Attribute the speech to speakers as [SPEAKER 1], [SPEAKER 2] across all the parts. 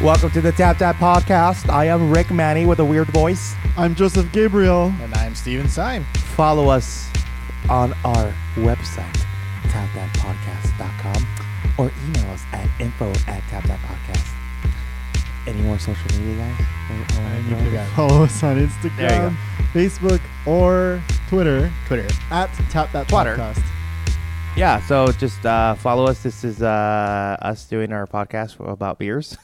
[SPEAKER 1] Welcome to the Tap Tap Podcast. I am Rick Manny with a weird voice.
[SPEAKER 2] I'm Joseph Gabriel.
[SPEAKER 3] And I'm Steven Syme.
[SPEAKER 1] Follow us on our website, taptappodcast.com, or email us at info at taptappodcast. Any more social media, guys? Or- or
[SPEAKER 3] Uh,
[SPEAKER 1] anything
[SPEAKER 3] you
[SPEAKER 1] else?
[SPEAKER 3] can-
[SPEAKER 2] Follow us on
[SPEAKER 1] There you
[SPEAKER 2] Instagram, Facebook, or Twitter
[SPEAKER 3] Twitter.
[SPEAKER 2] at Tap That
[SPEAKER 3] Twatter.
[SPEAKER 2] Podcast.
[SPEAKER 1] Yeah, so just uh, follow us. This is uh, us doing our podcast for- about beers.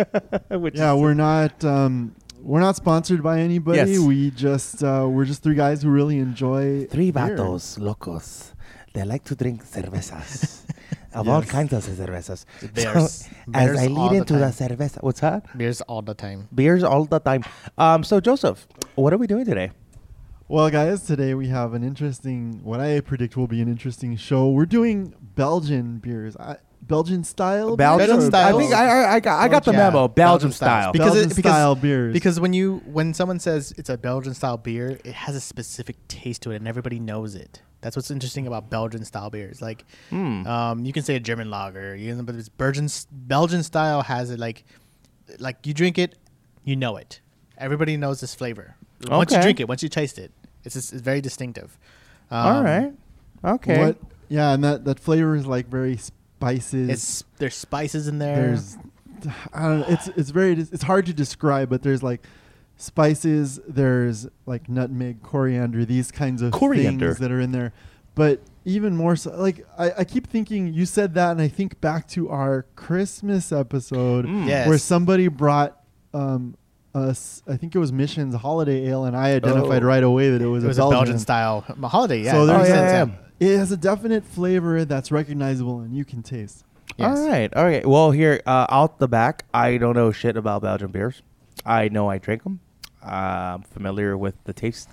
[SPEAKER 1] Which
[SPEAKER 2] Yeah,
[SPEAKER 1] is-
[SPEAKER 2] we're not um, we're not sponsored by anybody.
[SPEAKER 1] Yes.
[SPEAKER 2] We just uh, we're just three guys who really enjoy
[SPEAKER 1] Three
[SPEAKER 2] beer.
[SPEAKER 1] vatos locos. They like to drink cervezas. of all
[SPEAKER 2] Yes.
[SPEAKER 1] kinds of cervezas.
[SPEAKER 3] Beers.
[SPEAKER 1] as
[SPEAKER 3] Beers
[SPEAKER 1] I
[SPEAKER 3] all
[SPEAKER 1] lead
[SPEAKER 3] the
[SPEAKER 1] into the
[SPEAKER 3] time.
[SPEAKER 1] cerveza, what's that?
[SPEAKER 3] Beers all the time.
[SPEAKER 1] Beers all the time. Um, so Joseph, what are we doing today?
[SPEAKER 2] Well, guys, today we have an interesting what I predict will be an interesting show. We're doing Belgian beers, I, Belgian style,
[SPEAKER 3] Belgian
[SPEAKER 2] beers or
[SPEAKER 3] style.
[SPEAKER 1] I think I, I, I got, I got the
[SPEAKER 3] Yeah,
[SPEAKER 1] memo. Belgium,
[SPEAKER 3] styles.
[SPEAKER 1] style.
[SPEAKER 2] Be- Belgian style beers.
[SPEAKER 3] Because when you when someone says it's a Belgian style beer, it has a specific taste to it, and everybody knows it. That's what's interesting about Belgian style beers. Like,
[SPEAKER 1] Hmm.
[SPEAKER 3] um, you can say a German lager, you know, but it's Belgian Belgian style has it like, like you drink it, you know it. Everybody knows this flavor. Once you
[SPEAKER 1] Okay.
[SPEAKER 3] drink it, once you taste it, it's, just, it's very distinctive. Um,
[SPEAKER 1] all right. Okay.
[SPEAKER 2] What, yeah, and that that flavor is like very spices.
[SPEAKER 3] It's there's spices in there.
[SPEAKER 2] there's I don't know, it's it's very it's hard to describe, but there's like spices, there's like nutmeg, coriander, these kinds of
[SPEAKER 1] Coriander.
[SPEAKER 2] things that are in there. But even more so, like I, I keep thinking you said that, and I think back to our Christmas episode
[SPEAKER 1] Mm.
[SPEAKER 3] Yes.
[SPEAKER 2] where somebody brought um us I think it was Mission's holiday ale, and I identified
[SPEAKER 1] Oh.
[SPEAKER 2] right away that it was,
[SPEAKER 3] it was
[SPEAKER 2] a Belgian,
[SPEAKER 3] style holiday. Yeah.
[SPEAKER 2] So
[SPEAKER 1] Oh,
[SPEAKER 2] there's
[SPEAKER 1] yeah,
[SPEAKER 2] that-
[SPEAKER 1] yeah, yeah.
[SPEAKER 2] It has a definite flavor that's recognizable and you can taste.
[SPEAKER 3] Yes.
[SPEAKER 1] All right. All right. Well, here uh, out the back, I don't know shit about Belgian beers. I know I drink them. I'm familiar with the taste.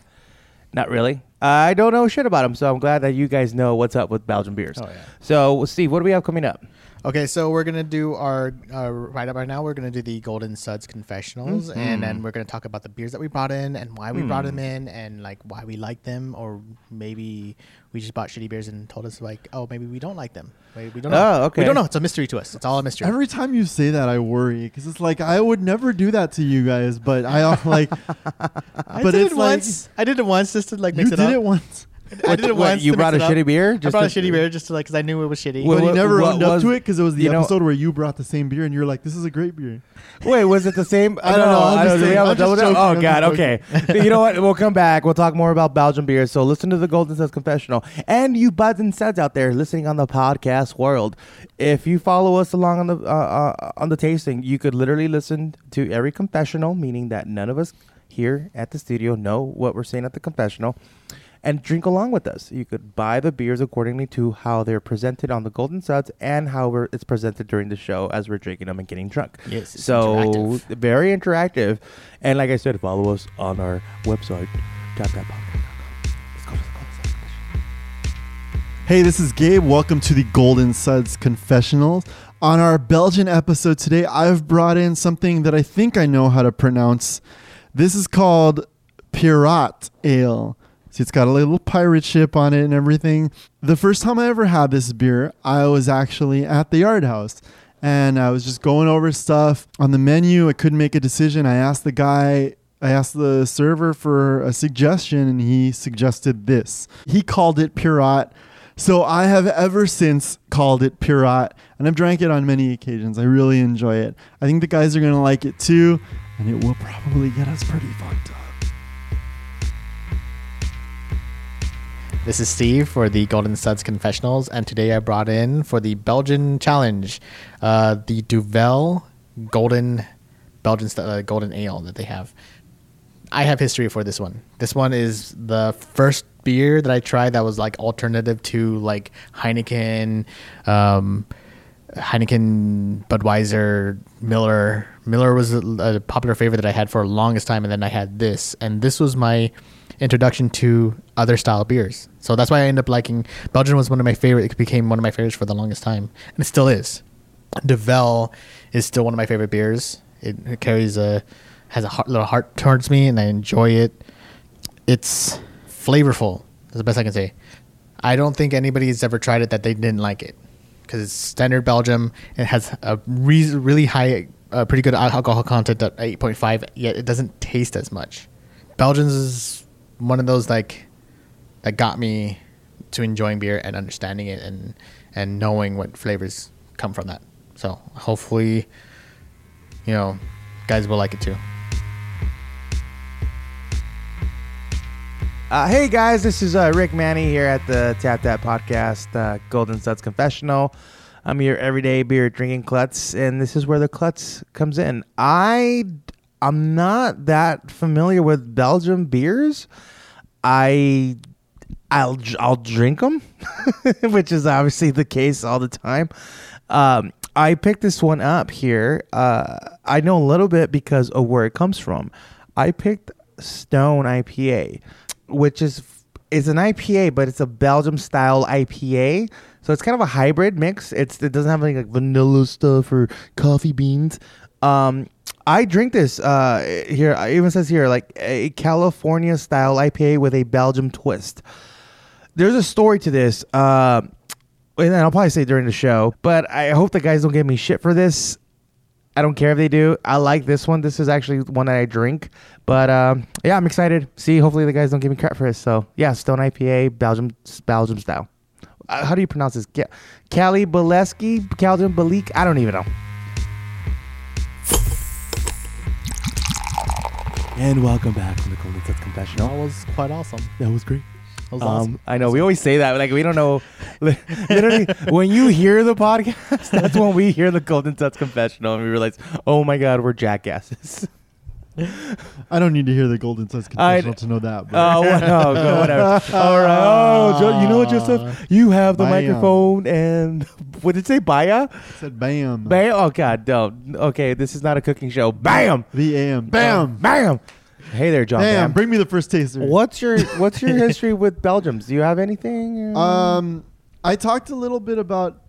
[SPEAKER 1] Not really. I don't know shit about them, so I'm glad that you guys know what's up with Belgian beers.
[SPEAKER 3] Oh, yeah.
[SPEAKER 1] So, Steve, what do we have coming up?
[SPEAKER 3] Okay, so we're gonna do our uh, right up right now. We're gonna do the Golden Suds confessionals, and then we're gonna talk about the beers that we brought in and why we brought them in, and like why we like them, or maybe we just bought shitty beers and told us like, oh, maybe we don't like them. Maybe we don't. know.
[SPEAKER 1] Oh, okay.
[SPEAKER 3] We don't know. It's a mystery to us. It's all a mystery.
[SPEAKER 2] Every time you say that, I worry because it's like I would never do that to you guys, but I al- like.
[SPEAKER 3] I
[SPEAKER 2] but
[SPEAKER 3] did
[SPEAKER 2] it's
[SPEAKER 3] it
[SPEAKER 2] like-
[SPEAKER 3] once. I did it once just to like
[SPEAKER 2] you
[SPEAKER 3] mix
[SPEAKER 2] did
[SPEAKER 3] it up.
[SPEAKER 2] it once,
[SPEAKER 3] I did it
[SPEAKER 1] What,
[SPEAKER 3] once.
[SPEAKER 1] you
[SPEAKER 3] to
[SPEAKER 1] brought
[SPEAKER 3] mix
[SPEAKER 1] a
[SPEAKER 3] it up.
[SPEAKER 1] shitty beer
[SPEAKER 3] I
[SPEAKER 1] just
[SPEAKER 3] brought
[SPEAKER 1] to-
[SPEAKER 3] a shitty beer just to like because I knew it was shitty.
[SPEAKER 1] Well,
[SPEAKER 2] but
[SPEAKER 1] what-
[SPEAKER 2] he never
[SPEAKER 1] what
[SPEAKER 2] owned up
[SPEAKER 1] was-
[SPEAKER 2] to it because it was the
[SPEAKER 1] you know-
[SPEAKER 2] episode where you brought the same beer and you're like, "This is a great beer."
[SPEAKER 1] Wait, was it the same?
[SPEAKER 2] I don't know. I'm just
[SPEAKER 1] do we
[SPEAKER 2] joking.
[SPEAKER 1] have a
[SPEAKER 2] I'm just
[SPEAKER 1] double down?
[SPEAKER 2] joking.
[SPEAKER 1] Oh
[SPEAKER 2] I'm
[SPEAKER 1] God. Okay.
[SPEAKER 2] just
[SPEAKER 1] you know what? We'll come back. We'll talk more about Belgian beers. So listen to the Golden Suds confessional, and you buds and suds out there listening on the podcast world. If you follow us along on the uh, uh, on the tasting, you could literally listen to every confessional, meaning that none of us here at the studio know what we're saying at the confessional. And drink along with us. You could buy the beers accordingly to how they're presented on the Golden Suds and how we're, it's presented during the show as we're drinking them and getting drunk.
[SPEAKER 3] Yes, it's
[SPEAKER 1] So
[SPEAKER 3] interactive.
[SPEAKER 1] very interactive. And like I said, follow us on our website, taptappodcast.com. Let's go to the call section.
[SPEAKER 2] Hey, this is Gabe. Welcome to the Golden Suds Confessionals. On our Belgian episode today, I've brought in something that I think I know how to pronounce. This is called Pirat Ale. See, it's got a little pirate ship on it and everything. The first time I ever had this beer, I was actually at the Yard House and I was just going over stuff on the menu. I couldn't make a decision. I asked the guy, I asked the server for a suggestion, and he suggested this. He called it Pirat. So I have ever since called it Pirat, and I've drank it on many occasions. I really enjoy it. I think the guys are gonna like it too, and it will probably get us pretty fucked up.
[SPEAKER 3] This is Steve for the Golden Suds Confessionals, and today I brought in for the Belgian Challenge uh, the Duvel Golden Belgian st- uh, Golden Ale that they have. I have history for this one. This one is the first beer that I tried that was like alternative to like Heineken, um, Heineken, Budweiser, Miller. Miller was a, a popular favorite that I had for the longest time, and then I had this, and this was my introduction to other style beers. So that's why I ended up liking Belgian was one of my favorite. It became one of my favorites for the longest time, and it still is. Devel is still one of my favorite beers. It, it carries a has a heart, little heart towards me, and I enjoy it. It's flavorful. That's the best I can say. I don't think anybody has ever tried it that they didn't like it because it's standard Belgium. It has a re- really high uh, pretty good alcohol content at 8.5, yet it doesn't taste as much. Belgians is one of those like that got me to enjoying beer and understanding it and and knowing what flavors come from that. So hopefully, you know, guys will like it too.
[SPEAKER 1] Uh, hey guys, this is uh, Rick Manny here at the Tap Tap Podcast, uh, Golden Suds Confessional. I'm your everyday beer drinking klutz, and this is where the klutz comes in. I I'm not that familiar with Belgium beers. I I'll I'll drink them, which is obviously the case all the time. Um, I picked this one up here. Uh, I know a little bit because of where it comes from. I picked Stone IPA, which is it's an IPA, but it's a Belgium style IPA. So it's kind of a hybrid mix. It's it doesn't have any like vanilla stuff or coffee beans. Um, I drink this uh, here. It even says here like a California style IPA with a Belgium twist. There's a story to this. Uh, and I'll probably say during the show, but I hope the guys don't give me shit for this. I don't care if they do. I like this one. This is actually one that I drink. But um, yeah, I'm excited. See, hopefully the guys don't give me crap for this. So yeah, Stone IPA, Belgium, Belgium style. Uh, how do you pronounce this? Ca- Cali Baleski, Belgium Balik. I don't even know. And welcome back to the Golden Sets
[SPEAKER 3] That
[SPEAKER 1] Confessional.
[SPEAKER 3] was quite awesome.
[SPEAKER 2] That was great.
[SPEAKER 3] That was
[SPEAKER 1] Um,
[SPEAKER 3] awesome.
[SPEAKER 1] I know we always say that, but, like we don't know. li- Literally, when you hear the podcast, that's when we hear the Golden Touch confessional, and we realize, oh my god, we're jackasses.
[SPEAKER 2] I don't need to hear the Golden Suds
[SPEAKER 1] I-
[SPEAKER 2] confessional to know that. But
[SPEAKER 1] Oh well, no, go- whatever. All right. Oh, Jo- you know what, Joseph? You have the
[SPEAKER 2] Bam.
[SPEAKER 1] microphone, and what did it say? Baya?
[SPEAKER 2] I said bam.
[SPEAKER 1] Bam? Oh god, don't. Okay, this is not a cooking show. Bam.
[SPEAKER 2] The AM. Bam.
[SPEAKER 1] Bam. Hey there, John.
[SPEAKER 2] Bam.
[SPEAKER 1] Bam.
[SPEAKER 2] Bring me the first taster.
[SPEAKER 1] What's your What's your history with Belgium? Do you have anything?
[SPEAKER 2] Um, I talked a little bit about,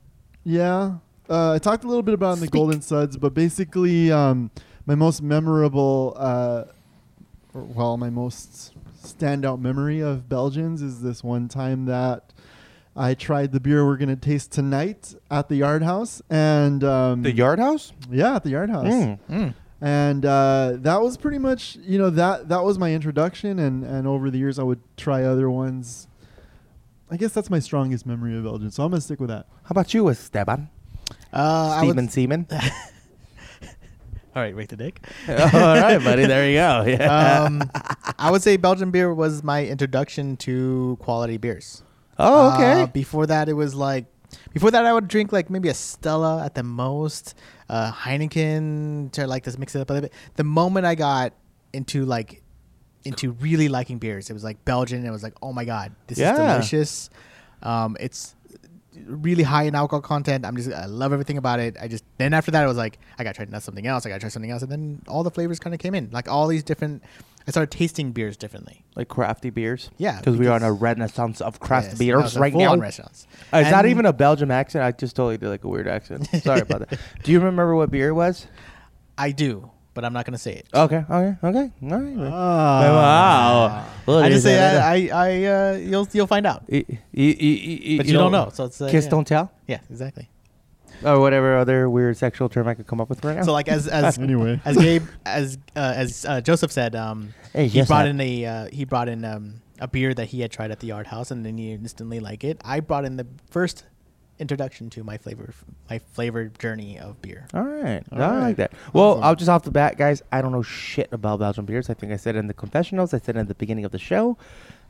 [SPEAKER 2] yeah, uh, I talked a little bit about in the Golden Suds, but basically, um, my most memorable, uh, or, well, my most standout memory of Belgians is this one time that I tried the beer we're gonna taste tonight at the Yard House, and um,
[SPEAKER 1] the Yard House.
[SPEAKER 2] yeah, at the Yard House
[SPEAKER 1] Mm, mm.
[SPEAKER 2] and uh, that was pretty much you know that that was my introduction and and over the years i would try other ones i guess that's my strongest memory of belgium so i'm gonna stick with that
[SPEAKER 1] How about you, Esteban?
[SPEAKER 3] Uh, I would-
[SPEAKER 1] Steven Seaman.
[SPEAKER 3] all right, wait the dick.
[SPEAKER 1] All right, buddy. There you go. Yeah.
[SPEAKER 3] um, I would say Belgian beer was my introduction to quality beers.
[SPEAKER 1] oh, okay.
[SPEAKER 3] Uh, before that, it was like, before that, I would drink like maybe a Stella at the most, uh, Heineken to like just mix it up a little bit. The moment I got into like, into really liking beers, it was like Belgian. It was like, oh my god, this
[SPEAKER 1] Yeah.
[SPEAKER 3] is delicious. Um, it's really high in alcohol content. I'm just I love everything about it. I just then after that I was like I gotta try not something else. I gotta try something else, and then all the flavors kind of came in. Like all these different. I started tasting beers differently.
[SPEAKER 1] like crafty beers.
[SPEAKER 3] Yeah,
[SPEAKER 1] because we are in a
[SPEAKER 3] because-
[SPEAKER 1] renaissance of craft
[SPEAKER 3] Yes, no,
[SPEAKER 1] beers
[SPEAKER 3] it's a
[SPEAKER 1] right now.
[SPEAKER 3] full-on
[SPEAKER 1] Uh,
[SPEAKER 3] Restaurants.
[SPEAKER 1] it's not
[SPEAKER 3] And-
[SPEAKER 1] even a Belgium accent. I just totally did like a weird accent. Sorry about that. Do you remember what beer it was?
[SPEAKER 3] I do, but I'm not gonna say it. Uh,
[SPEAKER 1] Okay. Okay. Okay. All right.
[SPEAKER 2] Ah.
[SPEAKER 1] wow.
[SPEAKER 3] I just say I, I, I uh, you'll you'll find out.
[SPEAKER 1] I- I- I- I-
[SPEAKER 3] But you don't know, so it's, uh,
[SPEAKER 1] kiss
[SPEAKER 3] yeah.
[SPEAKER 1] don't tell,
[SPEAKER 3] Yeah, exactly.
[SPEAKER 1] oh. or whatever other weird sexual term I could come up with right now.
[SPEAKER 3] So like as as
[SPEAKER 2] Anyway.
[SPEAKER 3] as Gabe as uh, as uh, Joseph said, um,
[SPEAKER 1] Hey,
[SPEAKER 3] he
[SPEAKER 1] yes,
[SPEAKER 3] brought
[SPEAKER 1] I-
[SPEAKER 3] in a uh, he brought in um, a beer that he had tried at the yard house, and then he instantly liked it. I brought in the first introduction to my flavor my flavor journey of beer.
[SPEAKER 1] All right.
[SPEAKER 2] All
[SPEAKER 1] I like
[SPEAKER 2] right.
[SPEAKER 1] that. Well,
[SPEAKER 2] Awesome.
[SPEAKER 1] I'll just off the bat, guys, I don't know shit about Belgian beers. I think I said in the confessionals, I said in the beginning of the show.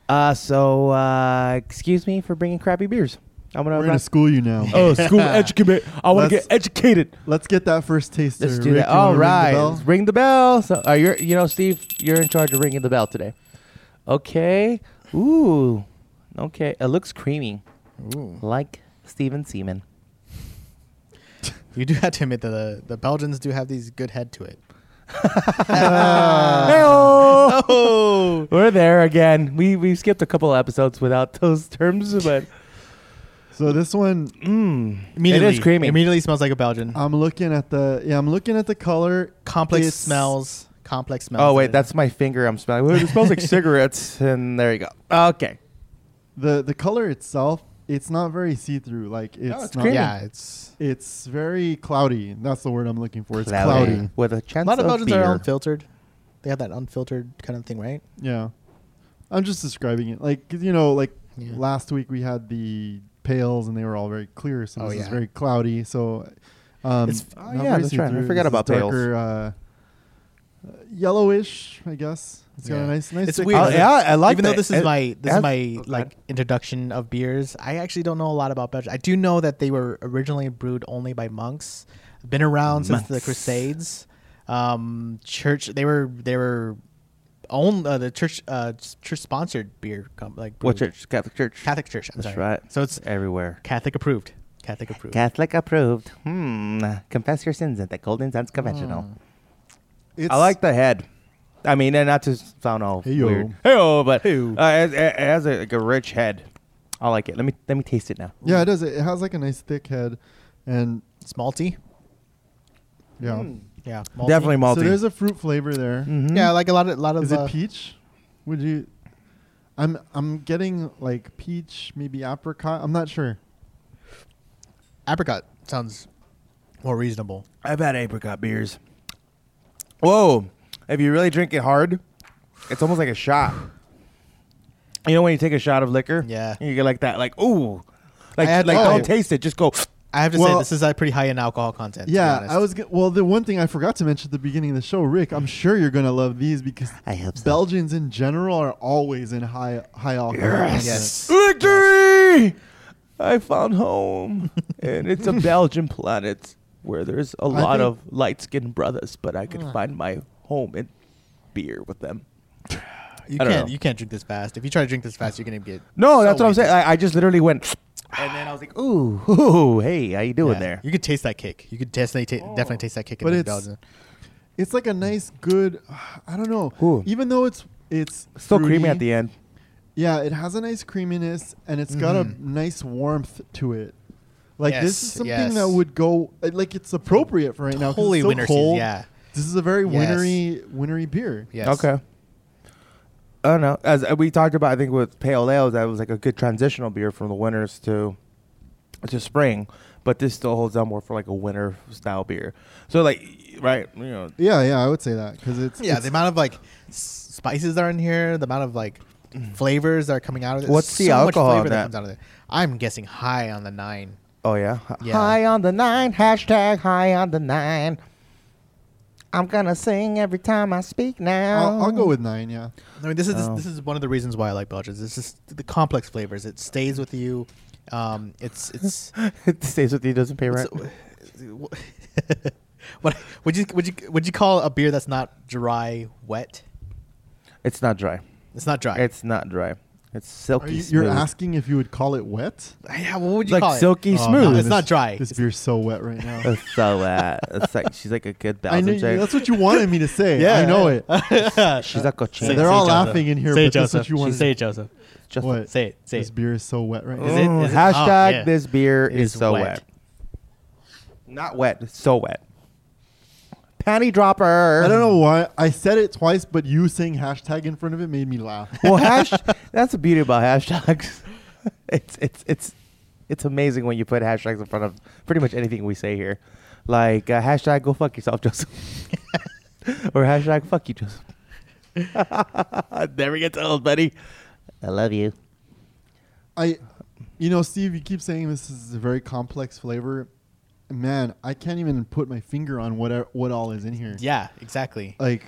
[SPEAKER 1] Uh, so, uh, excuse me for bringing crappy beers. I'm going
[SPEAKER 2] we're gonna school you now
[SPEAKER 1] Oh, school educate. I want to get
[SPEAKER 2] Let's-
[SPEAKER 1] educated.
[SPEAKER 2] let's get that first taster
[SPEAKER 1] Let's do
[SPEAKER 2] Rick,
[SPEAKER 1] that.
[SPEAKER 2] you wanna
[SPEAKER 1] All
[SPEAKER 2] ring the
[SPEAKER 1] right.
[SPEAKER 2] bell?
[SPEAKER 1] Let's ring the bell. So, uh, you're, you know, Steve, you're in charge of ringing the bell today. Okay. Ooh. Okay. It looks creamy, like Steven Seaman.
[SPEAKER 3] You do have to admit that the, the Belgians do have these good head to it.
[SPEAKER 1] Hey-oh.
[SPEAKER 3] Oh,
[SPEAKER 1] We're there again. We we skipped a couple episodes without those terms, but
[SPEAKER 2] so this one
[SPEAKER 1] mm, it
[SPEAKER 3] immediately
[SPEAKER 1] is creamy.
[SPEAKER 3] Immediately smells like a Belgian.
[SPEAKER 2] i'm looking at the yeah i'm looking at the color
[SPEAKER 3] complex
[SPEAKER 2] It's-
[SPEAKER 3] smells. Complex smells.
[SPEAKER 1] oh wait, that's my finger. I'm smelling. It smells like cigarettes, and there you go. Okay,
[SPEAKER 2] the the color itself it's not very see through. Like Oh, it's,
[SPEAKER 1] Oh, it's
[SPEAKER 2] not.
[SPEAKER 1] creamy.
[SPEAKER 3] Yeah, it's
[SPEAKER 2] It's very cloudy. That's the word I'm looking for. It's
[SPEAKER 1] Cloudy.
[SPEAKER 2] cloudy.
[SPEAKER 1] with a chance
[SPEAKER 3] a lot of Belgians
[SPEAKER 1] beer.
[SPEAKER 3] are unfiltered. They have that unfiltered kind of thing, right?
[SPEAKER 2] Yeah. I'm just describing it. Like 'cause, you know, like
[SPEAKER 3] Yeah.
[SPEAKER 2] last week we had the pails and they were all very clear, so
[SPEAKER 3] Oh,
[SPEAKER 2] this is
[SPEAKER 3] yeah.
[SPEAKER 2] very cloudy. So um
[SPEAKER 3] It's-
[SPEAKER 1] oh,
[SPEAKER 2] not
[SPEAKER 1] yeah,
[SPEAKER 2] very
[SPEAKER 1] that's right. I
[SPEAKER 2] see-through.
[SPEAKER 1] forgot
[SPEAKER 2] This is
[SPEAKER 1] about pails.
[SPEAKER 2] darker, uh, uh, yellowish, I guess. It's got
[SPEAKER 3] Yeah.
[SPEAKER 2] a nice nice
[SPEAKER 3] It's
[SPEAKER 2] thick
[SPEAKER 3] weird.
[SPEAKER 1] Oh,
[SPEAKER 2] color.
[SPEAKER 1] yeah, I like
[SPEAKER 3] Even
[SPEAKER 1] that.
[SPEAKER 3] though this is
[SPEAKER 1] It-
[SPEAKER 3] my this
[SPEAKER 1] that's-
[SPEAKER 3] is my like introduction of beers, I actually don't know a lot about Belgium. I do know that they were originally brewed only by monks. Been around since the
[SPEAKER 1] Monks.
[SPEAKER 3] Crusades. Um, church they were they were own uh, the church uh, church sponsored beer com- like
[SPEAKER 1] What
[SPEAKER 3] brewed.
[SPEAKER 1] church? Catholic church.
[SPEAKER 3] Catholic church. I'm
[SPEAKER 1] That's
[SPEAKER 3] sorry.
[SPEAKER 1] right.
[SPEAKER 3] So it's
[SPEAKER 1] everywhere.
[SPEAKER 3] Catholic approved. Catholic approved.
[SPEAKER 1] Catholic approved. Hmm. Confess your sins at the Golden Suns Conventional.
[SPEAKER 2] It's,
[SPEAKER 1] Hmm. I like the head. I mean, and not to sound all
[SPEAKER 2] Hey-yo.
[SPEAKER 1] weird. Hey-yo, but
[SPEAKER 3] Hey-yo.
[SPEAKER 1] uh, it, it has a, like a rich head. I like it. Let me let me taste it now.
[SPEAKER 2] Yeah, it does. It has like a nice thick head and
[SPEAKER 3] It's malty.
[SPEAKER 2] yeah.
[SPEAKER 3] Yeah,
[SPEAKER 1] Definitely malty.
[SPEAKER 2] So there's a fruit flavor there.
[SPEAKER 1] Mhm.
[SPEAKER 3] Yeah, like a lot of lot of
[SPEAKER 2] Is
[SPEAKER 3] uh,
[SPEAKER 2] it peach? Would you? I'm I'm getting like peach, maybe apricot. I'm not sure.
[SPEAKER 3] apricot. Sounds more reasonable.
[SPEAKER 1] I've had apricot beers. Whoa! If you really drink it hard, it's almost like a shot. You know when you take a shot of liquor,
[SPEAKER 3] Yeah.
[SPEAKER 1] and you get like that, like ooh, like
[SPEAKER 3] I had-
[SPEAKER 1] like
[SPEAKER 3] oh.
[SPEAKER 1] don't taste it, just go.
[SPEAKER 3] I have to say
[SPEAKER 2] Well-
[SPEAKER 3] this is uh, pretty high in alcohol content. to be
[SPEAKER 2] yeah,
[SPEAKER 3] honest.
[SPEAKER 2] I was. Get, well, the one thing I forgot to mention at the beginning of the show, Rick. I'm sure you're gonna love these because
[SPEAKER 1] I hope so.
[SPEAKER 2] Belgians in general are always in high high alcohol. content.
[SPEAKER 3] Yes.
[SPEAKER 1] Victory! I found home, and it's a Belgian planet where there's a lot
[SPEAKER 2] think-
[SPEAKER 1] of light-skinned brothers, but I could find my home in beer with them.
[SPEAKER 3] You
[SPEAKER 1] I don't
[SPEAKER 3] can't.
[SPEAKER 1] know.
[SPEAKER 3] You can't drink this fast. If you try to drink this fast, you're gonna get.
[SPEAKER 1] No,
[SPEAKER 3] so
[SPEAKER 1] that's what I'm
[SPEAKER 3] wasted.
[SPEAKER 1] saying. I, I just literally went, and then I was like, ooh, ooh, hey, how you doing
[SPEAKER 3] Yeah.
[SPEAKER 1] there? Oh.
[SPEAKER 3] You could taste that kick. You could definitely ta- definitely taste that kick.
[SPEAKER 2] But
[SPEAKER 3] in
[SPEAKER 2] it's-
[SPEAKER 3] Belgium.
[SPEAKER 2] It's like a nice, good. I don't know.
[SPEAKER 1] Ooh.
[SPEAKER 2] Even though it's it's
[SPEAKER 1] Still creamy
[SPEAKER 2] fruity,
[SPEAKER 1] at the end.
[SPEAKER 2] Yeah, it has a nice creaminess and it's got a
[SPEAKER 1] Mm-hmm.
[SPEAKER 2] nice warmth to it. Like this is
[SPEAKER 3] Yes,
[SPEAKER 2] something
[SPEAKER 3] yes.
[SPEAKER 2] that would go uh, like it's appropriate for right now. 'cause
[SPEAKER 3] Totally
[SPEAKER 2] it's so
[SPEAKER 3] winter season,
[SPEAKER 2] cold.
[SPEAKER 3] yeah.
[SPEAKER 2] this is a very
[SPEAKER 3] Yes.
[SPEAKER 2] wintry, wintry beer.
[SPEAKER 3] Yes.
[SPEAKER 1] Okay. I don't know. As uh, we talked about, I think with pale ales, that was like a good transitional beer from the winters to to spring. But this still holds out more for like a winter style beer. So like, right? You know,
[SPEAKER 2] yeah, yeah. I would say that because it's
[SPEAKER 3] Yeah,
[SPEAKER 2] it's-
[SPEAKER 3] the amount of like s- spices that are in here, the amount of like flavors that are coming out of it.
[SPEAKER 1] Mm. What's
[SPEAKER 3] so
[SPEAKER 1] the
[SPEAKER 3] much
[SPEAKER 1] alcohol
[SPEAKER 3] flavor
[SPEAKER 1] in that?
[SPEAKER 3] that? comes out of it. I'm guessing high on the nine.
[SPEAKER 1] oh yeah?
[SPEAKER 3] Yeah.
[SPEAKER 1] High on the nine. Hashtag high on the nine. I'm gonna sing every time I speak now.
[SPEAKER 2] I'll, I'll go with nine. Yeah,
[SPEAKER 3] I mean, this is
[SPEAKER 1] Oh.
[SPEAKER 3] this is one of the reasons why I like Belgians. This is the complex flavors. It stays with you. Um, it's it's.
[SPEAKER 1] it stays with you, doesn't pay rent.
[SPEAKER 3] What's- what would you would you would you call a beer that's not dry wet?
[SPEAKER 1] It's not dry.
[SPEAKER 3] It's not dry.
[SPEAKER 1] It's not dry. It's silky.
[SPEAKER 2] Are you, you're
[SPEAKER 1] smooth.
[SPEAKER 2] asking if you would call it wet.
[SPEAKER 3] yeah, what would you
[SPEAKER 1] like
[SPEAKER 3] call it?
[SPEAKER 1] silky
[SPEAKER 3] Oh,
[SPEAKER 1] smooth.
[SPEAKER 3] no,
[SPEAKER 2] Dude,
[SPEAKER 3] it's not
[SPEAKER 2] this-
[SPEAKER 3] dry.
[SPEAKER 2] This
[SPEAKER 3] It's-
[SPEAKER 2] beer's so wet right now.
[SPEAKER 1] It's so uh, it's like she's like a good
[SPEAKER 2] I
[SPEAKER 1] Belgian
[SPEAKER 2] know
[SPEAKER 1] chick.
[SPEAKER 2] that's what you wanted me to say. I know it.
[SPEAKER 1] She's like a cochina.
[SPEAKER 2] Say- They're say all Joseph. laughing in here, Say but it, that's what Joseph. you wanted. Say it,
[SPEAKER 3] Joseph.
[SPEAKER 1] Just
[SPEAKER 2] What?
[SPEAKER 3] Say it. Say
[SPEAKER 2] This
[SPEAKER 3] it.
[SPEAKER 2] beer is so wet right
[SPEAKER 3] Is
[SPEAKER 2] now.
[SPEAKER 3] it-
[SPEAKER 1] Mm,
[SPEAKER 3] is it-
[SPEAKER 1] hashtag
[SPEAKER 3] oh, yeah.
[SPEAKER 1] this beer
[SPEAKER 3] It
[SPEAKER 1] is
[SPEAKER 3] is
[SPEAKER 1] so wet.
[SPEAKER 3] wet.
[SPEAKER 1] Not wet, it's so wet. Panty dropper.
[SPEAKER 2] I don't know why I said it twice, but you saying hashtag in front of it made me laugh.
[SPEAKER 1] Well, hash. that's the beauty about hashtags. it's it's it's it's amazing when you put hashtags in front of pretty much anything we say here, like uh, hashtag go fuck yourself, Joseph, or hashtag fuck you, Joseph. Never gets old, buddy. I love you.
[SPEAKER 2] I, you know, Steve, you keep saying this is a very complex flavor. Man, I can't even put my finger on what are- what all is in here.
[SPEAKER 3] Yeah, exactly.
[SPEAKER 2] like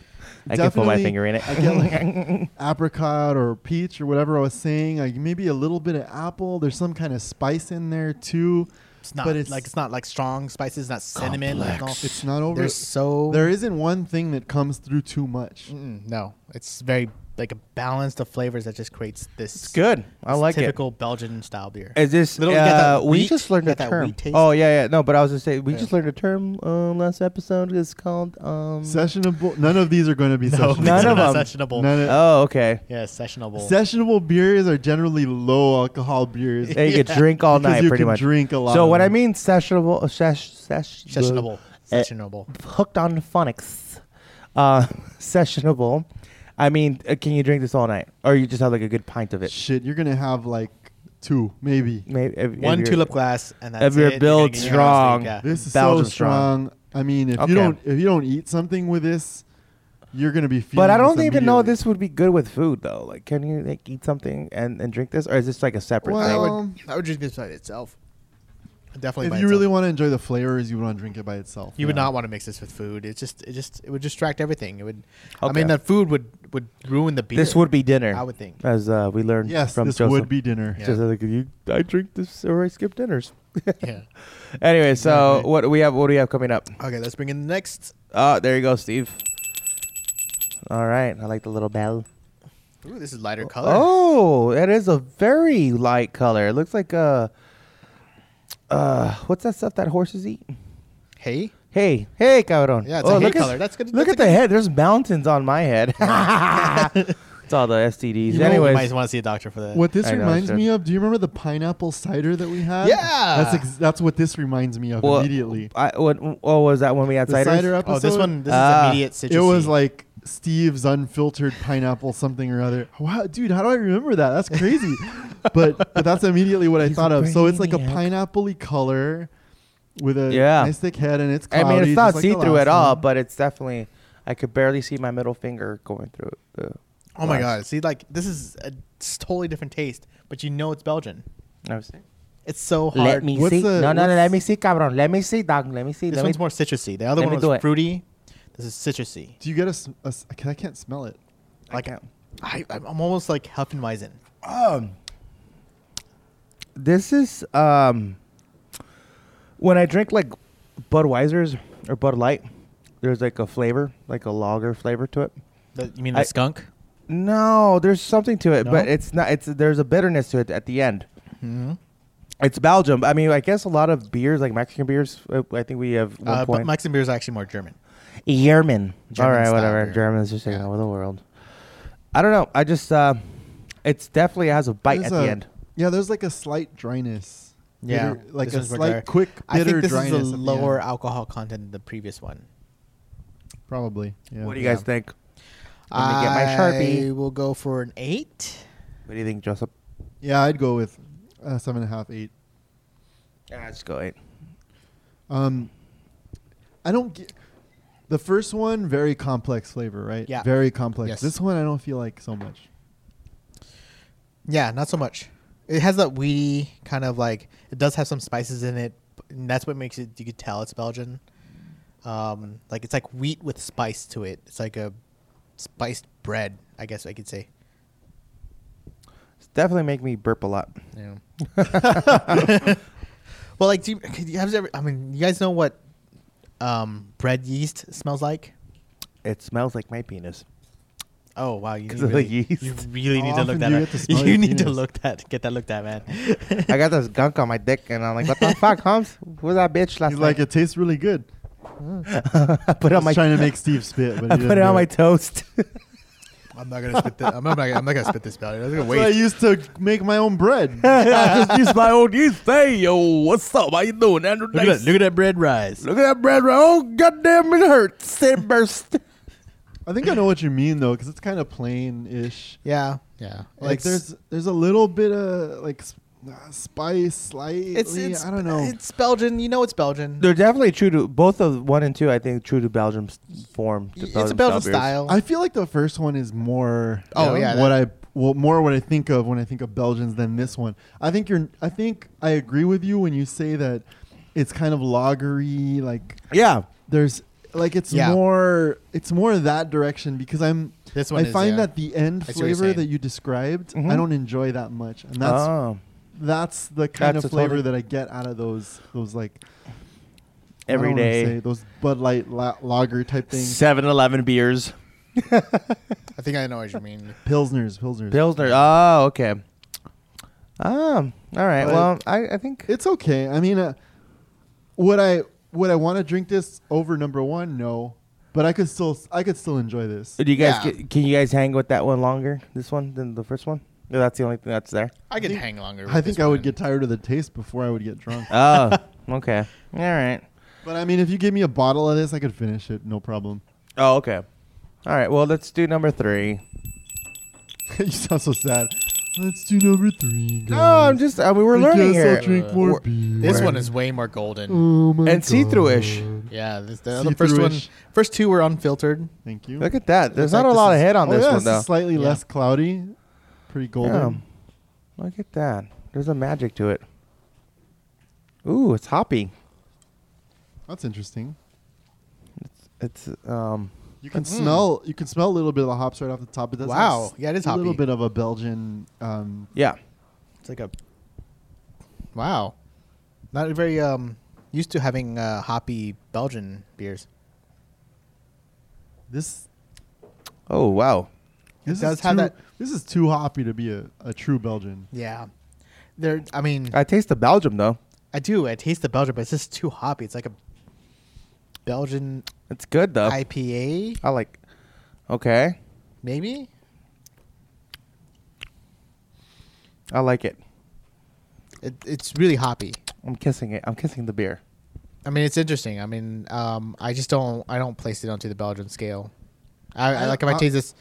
[SPEAKER 1] I can put my
[SPEAKER 2] definitely
[SPEAKER 1] finger in it.
[SPEAKER 2] I get like apricot or peach or whatever I was saying. Like maybe a little bit of apple. There's some kind of spice in there too.
[SPEAKER 3] it's not
[SPEAKER 2] but it's-
[SPEAKER 3] like it's not like strong spices, not cinnamon. like, no.
[SPEAKER 1] Complex.
[SPEAKER 2] It's not over.
[SPEAKER 3] There's so Mm.
[SPEAKER 2] there isn't one thing that comes through too much.
[SPEAKER 3] Mm-mm, no. It's very like a balance of flavors that just creates this.
[SPEAKER 1] It's good. I
[SPEAKER 3] this
[SPEAKER 1] like it.
[SPEAKER 3] typical Belgian style beer.
[SPEAKER 1] Is this?
[SPEAKER 3] Little- get
[SPEAKER 1] uh,
[SPEAKER 3] that
[SPEAKER 1] we
[SPEAKER 3] wheat-
[SPEAKER 1] just learned a
[SPEAKER 3] get that
[SPEAKER 1] term.
[SPEAKER 3] wheat taste.
[SPEAKER 1] Oh yeah, yeah. No, but I was just saying we
[SPEAKER 3] Yeah.
[SPEAKER 1] just learned a term um, last episode. It's called. Um,
[SPEAKER 2] Sessionable. None of these are going to be
[SPEAKER 3] no,
[SPEAKER 2] sessionable.
[SPEAKER 1] None
[SPEAKER 3] none
[SPEAKER 1] of
[SPEAKER 3] of them.
[SPEAKER 1] them.
[SPEAKER 3] Sessionable.
[SPEAKER 2] None of-
[SPEAKER 1] oh okay.
[SPEAKER 3] yeah, sessionable.
[SPEAKER 2] sessionable beers are generally low alcohol beers.
[SPEAKER 1] Yeah, you could drink all
[SPEAKER 2] Because
[SPEAKER 1] night,
[SPEAKER 2] you
[SPEAKER 1] pretty
[SPEAKER 2] can
[SPEAKER 1] much.
[SPEAKER 2] drink a lot
[SPEAKER 1] So
[SPEAKER 2] of
[SPEAKER 1] what I
[SPEAKER 2] them.
[SPEAKER 1] mean, sessionable, uh, sesh, sesh,
[SPEAKER 3] sessionable.
[SPEAKER 1] uh,
[SPEAKER 3] Sessionable.
[SPEAKER 1] hooked on phonics, uh, sessionable. I mean, uh, can you drink this all night, or you just have like a good pint of it?
[SPEAKER 2] Shit, you're gonna have like two, maybe.
[SPEAKER 1] Maybe if, if
[SPEAKER 3] One
[SPEAKER 1] you're-
[SPEAKER 3] tulip glass, and that's
[SPEAKER 1] if you're
[SPEAKER 3] it. You're gonna
[SPEAKER 1] built
[SPEAKER 3] get your house
[SPEAKER 1] strong.
[SPEAKER 3] made, yeah.
[SPEAKER 2] This is
[SPEAKER 1] Belgian
[SPEAKER 2] so strong. I mean, if
[SPEAKER 1] Okay.
[SPEAKER 2] you don't if you don't eat something with this, you're gonna be. Feeling
[SPEAKER 1] But I don't
[SPEAKER 2] this
[SPEAKER 1] even know
[SPEAKER 2] immediately.
[SPEAKER 1] this would be good with food though. Like, can you like eat something and, and drink this, or is this like a separate
[SPEAKER 2] Well,
[SPEAKER 1] thing?
[SPEAKER 2] Um,
[SPEAKER 3] I would drink this by itself. Definitely.
[SPEAKER 2] If
[SPEAKER 3] by
[SPEAKER 2] you really
[SPEAKER 3] itself.
[SPEAKER 2] want to enjoy the flavors, you would want to drink it by itself.
[SPEAKER 3] you would
[SPEAKER 2] yeah.
[SPEAKER 3] not want to mix this with food. It just, it just, it would distract everything. It would. I
[SPEAKER 1] Okay.
[SPEAKER 3] mean, that food would would ruin the beer.
[SPEAKER 1] this would be dinner.
[SPEAKER 3] I would think.
[SPEAKER 1] as uh, we learned
[SPEAKER 2] Yes,
[SPEAKER 1] from
[SPEAKER 2] this
[SPEAKER 1] Joseph.
[SPEAKER 2] would be dinner.
[SPEAKER 3] Yeah.
[SPEAKER 1] Just like you, I drink this or I skip dinners.
[SPEAKER 3] yeah.
[SPEAKER 1] Anyway, so
[SPEAKER 3] Exactly.
[SPEAKER 1] what do we have? What do we have coming up?
[SPEAKER 3] Okay, let's bring in the next.
[SPEAKER 1] Oh, there you go, Steve. All right, I like the little bell.
[SPEAKER 3] Ooh, this is lighter color.
[SPEAKER 1] Oh, that is a very light color. It looks like uh, uh, what's that stuff that horses eat?
[SPEAKER 3] Hey.
[SPEAKER 1] Hey, hey, cabrón. Oh,
[SPEAKER 3] Yeah, it's a hay
[SPEAKER 1] look at-
[SPEAKER 3] color. That's good-
[SPEAKER 1] Look
[SPEAKER 3] that's
[SPEAKER 1] at the head. There's mountains on my head. it's all the STDs.
[SPEAKER 2] You know,
[SPEAKER 1] Anyways,
[SPEAKER 3] might want to see a doctor for that.
[SPEAKER 2] What this
[SPEAKER 1] I know,
[SPEAKER 2] reminds
[SPEAKER 1] sure.
[SPEAKER 2] me of? Do you remember the pineapple cider that we had?
[SPEAKER 3] Yeah!
[SPEAKER 2] that's ex- that's what this reminds me of
[SPEAKER 1] Well,
[SPEAKER 2] immediately.
[SPEAKER 1] I, what, oh, was that when we had
[SPEAKER 2] The
[SPEAKER 1] ciders?
[SPEAKER 2] cider episode.
[SPEAKER 3] Oh, this one. This
[SPEAKER 1] Ah.
[SPEAKER 3] is immediate citrusy.
[SPEAKER 2] It was like Steve's unfiltered pineapple something or other. Wow, dude, how do I remember that? That's crazy. but, but that's immediately what I
[SPEAKER 1] He's
[SPEAKER 2] thought of. So it's like a
[SPEAKER 1] brainiac.
[SPEAKER 2] pineapple color with a
[SPEAKER 1] Yeah.
[SPEAKER 2] nice thick head and it's
[SPEAKER 1] I
[SPEAKER 2] cloudy.
[SPEAKER 1] mean, it's
[SPEAKER 2] just
[SPEAKER 1] not
[SPEAKER 2] like the
[SPEAKER 1] see through
[SPEAKER 2] last
[SPEAKER 1] at all,
[SPEAKER 2] one.
[SPEAKER 1] but it's definitely. I could barely see my middle finger going through the.
[SPEAKER 3] oh my
[SPEAKER 1] glass.
[SPEAKER 3] god. See, like this is a totally different taste, but you know it's Belgian.
[SPEAKER 1] I was-
[SPEAKER 3] It's so hard.
[SPEAKER 1] Let me
[SPEAKER 2] What's
[SPEAKER 1] see.
[SPEAKER 2] the-
[SPEAKER 1] no, no, no.
[SPEAKER 2] what's-
[SPEAKER 1] Let me see, cabrón. Let me see, dog. Let me see.
[SPEAKER 3] This
[SPEAKER 1] let me-
[SPEAKER 3] one's more citrusy. The other
[SPEAKER 1] let
[SPEAKER 3] one
[SPEAKER 1] me
[SPEAKER 3] was
[SPEAKER 1] do it.
[SPEAKER 3] fruity. This is citrusy.
[SPEAKER 2] do you get a s- a s- I can't smell it.
[SPEAKER 3] Like I, I, I'm almost like Huffenweizen.
[SPEAKER 1] Um, this is um, when I drink like Budweisers or Bud Light. There's like a flavor, like a lager flavor to it.
[SPEAKER 3] The, you mean
[SPEAKER 1] I-
[SPEAKER 3] the skunk?
[SPEAKER 1] No, there's something to it, but
[SPEAKER 3] No?
[SPEAKER 1] it's not. It's there's a bitterness to it at the end.
[SPEAKER 3] Mm-hmm.
[SPEAKER 1] It's Belgium. I mean, I guess a lot of beers, like Mexican beers, uh, I think we have one
[SPEAKER 3] Uh, but
[SPEAKER 1] point.
[SPEAKER 3] Mexican beer is actually more German.
[SPEAKER 1] German. All
[SPEAKER 3] German
[SPEAKER 1] right,
[SPEAKER 3] style
[SPEAKER 1] whatever.
[SPEAKER 3] beer.
[SPEAKER 1] Germans just taking
[SPEAKER 3] Yeah.
[SPEAKER 1] over the world. I don't know. I just, uh, it's definitely has a bite
[SPEAKER 2] There's
[SPEAKER 1] at the
[SPEAKER 2] a-
[SPEAKER 1] end.
[SPEAKER 2] Yeah, there's like a slight dryness.
[SPEAKER 3] Yeah,
[SPEAKER 2] Bitter- like
[SPEAKER 3] this
[SPEAKER 2] a
[SPEAKER 3] one's more
[SPEAKER 2] slight
[SPEAKER 3] bitter.
[SPEAKER 2] quick
[SPEAKER 3] I
[SPEAKER 2] bitter
[SPEAKER 3] think this
[SPEAKER 2] dryness.
[SPEAKER 3] is
[SPEAKER 2] at the
[SPEAKER 3] a lower
[SPEAKER 2] end.
[SPEAKER 3] alcohol content than the previous one.
[SPEAKER 2] probably. Yeah.
[SPEAKER 1] What do you guys
[SPEAKER 3] Yeah.
[SPEAKER 1] think? Let me get my Sharpie.
[SPEAKER 3] I will go for an eight.
[SPEAKER 1] What do you think, Joseph?
[SPEAKER 2] Yeah, I'd go with uh, seven and a half, eight.
[SPEAKER 1] Yeah, let's go eight.
[SPEAKER 2] Um, I don't get the first one. Very complex flavor, right?
[SPEAKER 3] Yeah.
[SPEAKER 2] Very complex.
[SPEAKER 3] Yes.
[SPEAKER 2] This one I don't feel like so much.
[SPEAKER 3] Yeah, not so much. It has that weedy kind of like. It does have some spices in it, and that's what makes it. You could tell it's Belgian. Um, like it's like wheat with spice to it. It's like a spiced bread, I guess I could say.
[SPEAKER 1] It's definitely make me burp a lot.
[SPEAKER 3] Yeah. well, like, do you, could you have ever? I mean, you guys know what um, bread yeast smells like?
[SPEAKER 1] It smells like my penis.
[SPEAKER 3] Oh wow, you
[SPEAKER 1] 'Cause
[SPEAKER 3] need
[SPEAKER 1] of the
[SPEAKER 3] really,
[SPEAKER 1] yeast.
[SPEAKER 3] You really
[SPEAKER 2] How
[SPEAKER 3] need to look
[SPEAKER 2] often
[SPEAKER 3] that
[SPEAKER 2] do you
[SPEAKER 3] up.
[SPEAKER 2] get to smell
[SPEAKER 3] You
[SPEAKER 2] your
[SPEAKER 3] need to
[SPEAKER 2] penis?
[SPEAKER 3] look that. Get that looked at, man.
[SPEAKER 1] I got this gunk on my dick, and I'm like, what the fuck, Holmes? Where's that bitch last
[SPEAKER 2] He's
[SPEAKER 1] night?
[SPEAKER 2] like, it tastes really good.
[SPEAKER 1] I put it
[SPEAKER 2] I
[SPEAKER 1] on
[SPEAKER 2] was
[SPEAKER 1] my
[SPEAKER 2] trying to make Steve spit, but he
[SPEAKER 1] I
[SPEAKER 2] didn't
[SPEAKER 1] put it
[SPEAKER 2] do
[SPEAKER 1] on my toast.
[SPEAKER 3] I'm not gonna spit. That, I'm not. I'm not gonna spit this out. That's a
[SPEAKER 2] That's why I used to make my own bread.
[SPEAKER 1] I just use my old yeast. Hey, yo, what's up? How you doing, Andrew?
[SPEAKER 3] Look at, that, look at that bread rise.
[SPEAKER 1] Look at that bread roll. Oh, goddamn, it hurts. It burst.
[SPEAKER 2] I think I know what you mean though, because it's kind of plain-ish.
[SPEAKER 3] Yeah, yeah.
[SPEAKER 2] Like there's there's a little bit of like s- uh, spice, slightly.
[SPEAKER 3] it's, it's
[SPEAKER 2] I don't know.
[SPEAKER 3] It's Belgian. You know it's Belgian.
[SPEAKER 1] They're definitely true to both of one and two. I think true to Belgium's form. To
[SPEAKER 3] it's a Belgian style.
[SPEAKER 2] I feel like the first one is more.
[SPEAKER 3] Oh, yeah,
[SPEAKER 2] what
[SPEAKER 3] that-
[SPEAKER 2] I well, more what I think of when I think of Belgians than this one. I think you're. I think I agree with you when you say that it's kind of lagery. Like
[SPEAKER 1] Yeah,
[SPEAKER 2] there's like it's
[SPEAKER 3] Yeah.
[SPEAKER 2] more. It's more that direction because I'm.
[SPEAKER 3] this
[SPEAKER 2] I
[SPEAKER 3] one. is,
[SPEAKER 2] find
[SPEAKER 3] yeah.
[SPEAKER 2] that the end
[SPEAKER 3] I see what you're
[SPEAKER 2] flavor that
[SPEAKER 3] saying. Mm-hmm. Ah.
[SPEAKER 2] you described,
[SPEAKER 1] Mhm.
[SPEAKER 2] I don't enjoy that much, and that's
[SPEAKER 1] Oh.
[SPEAKER 2] that's the kind
[SPEAKER 1] That's a
[SPEAKER 2] of flavor
[SPEAKER 1] totally-
[SPEAKER 2] that I get out of those those like I don't
[SPEAKER 1] every
[SPEAKER 2] wanna
[SPEAKER 1] day.
[SPEAKER 2] say, those Bud Light la- lager type things,
[SPEAKER 1] 7-Eleven beers.
[SPEAKER 3] I think I know what you mean.
[SPEAKER 2] pilsners, pilsners,
[SPEAKER 1] Pilsner. Oh, okay. Um. All right.
[SPEAKER 2] But-
[SPEAKER 1] well, I, I think
[SPEAKER 2] It's okay. I mean, uh, would I would I want to drink this over number one? No, but I could still I could still enjoy this.
[SPEAKER 1] Do you guys
[SPEAKER 3] Yeah.
[SPEAKER 1] get, can you guys hang with that one longer? This one than the first one? No, that's the only thing that's there.
[SPEAKER 3] I could
[SPEAKER 2] think-
[SPEAKER 3] hang longer.
[SPEAKER 2] I think I would get tired of the taste before I would get drunk.
[SPEAKER 1] Oh, okay. All right.
[SPEAKER 2] but I mean, if you give me a bottle of this, I could finish it, no problem.
[SPEAKER 1] Oh, okay. All right. Well, let's do number three.
[SPEAKER 2] you sound so sad. Let's do number three. Guys.
[SPEAKER 1] No, I'm just. I mean, we're
[SPEAKER 2] I
[SPEAKER 1] learning
[SPEAKER 2] guess I'll
[SPEAKER 1] here.
[SPEAKER 2] drink more
[SPEAKER 1] We're-
[SPEAKER 2] beer.
[SPEAKER 3] This one is way more golden.
[SPEAKER 2] Oh my
[SPEAKER 1] And see-through-ish.
[SPEAKER 2] God.
[SPEAKER 3] Yeah, this, the other first one,
[SPEAKER 2] See-through-ish.
[SPEAKER 3] first two were unfiltered.
[SPEAKER 2] Thank you.
[SPEAKER 1] Look at that. There's
[SPEAKER 3] Looks
[SPEAKER 1] not
[SPEAKER 3] like
[SPEAKER 1] a lot
[SPEAKER 3] this
[SPEAKER 1] of
[SPEAKER 3] is-
[SPEAKER 1] head on
[SPEAKER 2] oh,
[SPEAKER 1] this
[SPEAKER 2] yeah,
[SPEAKER 1] one
[SPEAKER 2] this is
[SPEAKER 1] though.
[SPEAKER 2] slightly
[SPEAKER 3] Yeah.
[SPEAKER 2] less cloudy. Pretty golden.
[SPEAKER 1] Yeah. Look at that. There's a magic to it. Ooh, it's hoppy.
[SPEAKER 2] That's interesting.
[SPEAKER 1] It's um.
[SPEAKER 2] You can smell. You can smell a little bit of the hops right off the top. But that's
[SPEAKER 3] Wow.
[SPEAKER 2] like s-
[SPEAKER 3] Yeah, it is
[SPEAKER 2] A little
[SPEAKER 3] hoppy.
[SPEAKER 2] bit of a Belgian. Um,
[SPEAKER 1] Yeah.
[SPEAKER 3] It's like a wow, not very um used to having uh, hoppy Belgian beers.
[SPEAKER 2] this
[SPEAKER 1] Oh wow.
[SPEAKER 2] this
[SPEAKER 3] does
[SPEAKER 2] is
[SPEAKER 3] have
[SPEAKER 2] too,
[SPEAKER 3] that-
[SPEAKER 2] This is too hoppy to be a, a true Belgian.
[SPEAKER 3] Yeah, they're. I mean, I,
[SPEAKER 1] I taste the Belgium though.
[SPEAKER 3] do. I taste the Belgian, but it's just too hoppy. It's like a Belgian
[SPEAKER 1] It's good
[SPEAKER 2] Uh,
[SPEAKER 1] though. I,
[SPEAKER 3] IPA,
[SPEAKER 1] like. Okay.
[SPEAKER 3] maybe.
[SPEAKER 1] I like it.
[SPEAKER 3] It, it's really hoppy.
[SPEAKER 1] I'm kissing it. I'm kissing the beer.
[SPEAKER 3] I mean, it's interesting. I mean, um, I just don't. I don't place it onto the Belgian scale. I, I like if I
[SPEAKER 2] I-
[SPEAKER 3] taste this.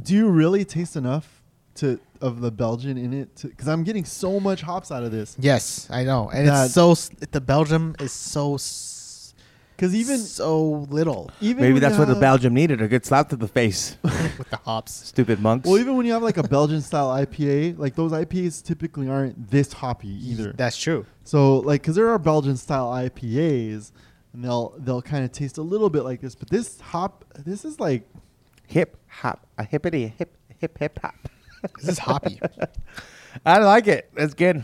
[SPEAKER 2] Do you really taste enough to of the Belgian in it? Because I'm getting so much hops out of this.
[SPEAKER 3] Yes, I know, and
[SPEAKER 2] That-
[SPEAKER 3] it's so. s- The Belgium is so. s-
[SPEAKER 2] Because even
[SPEAKER 3] so little
[SPEAKER 2] even
[SPEAKER 1] Maybe
[SPEAKER 2] when
[SPEAKER 1] that's
[SPEAKER 2] you
[SPEAKER 1] what the
[SPEAKER 2] have-
[SPEAKER 1] Belgium needed—a good slap to the face.
[SPEAKER 3] with the hops.
[SPEAKER 1] Stupid monks.
[SPEAKER 2] Well, even when you have like a Belgian style IPA, like those IPAs typically aren't this hoppy either.
[SPEAKER 3] That's true.
[SPEAKER 2] So like, because there are Belgian style IPAs, and they'll they'll kind of taste a little bit like this, but this hop, this is like
[SPEAKER 1] hip hop, a hippity hip hip hip hop.
[SPEAKER 3] This is hoppy.
[SPEAKER 1] I like it. It's good.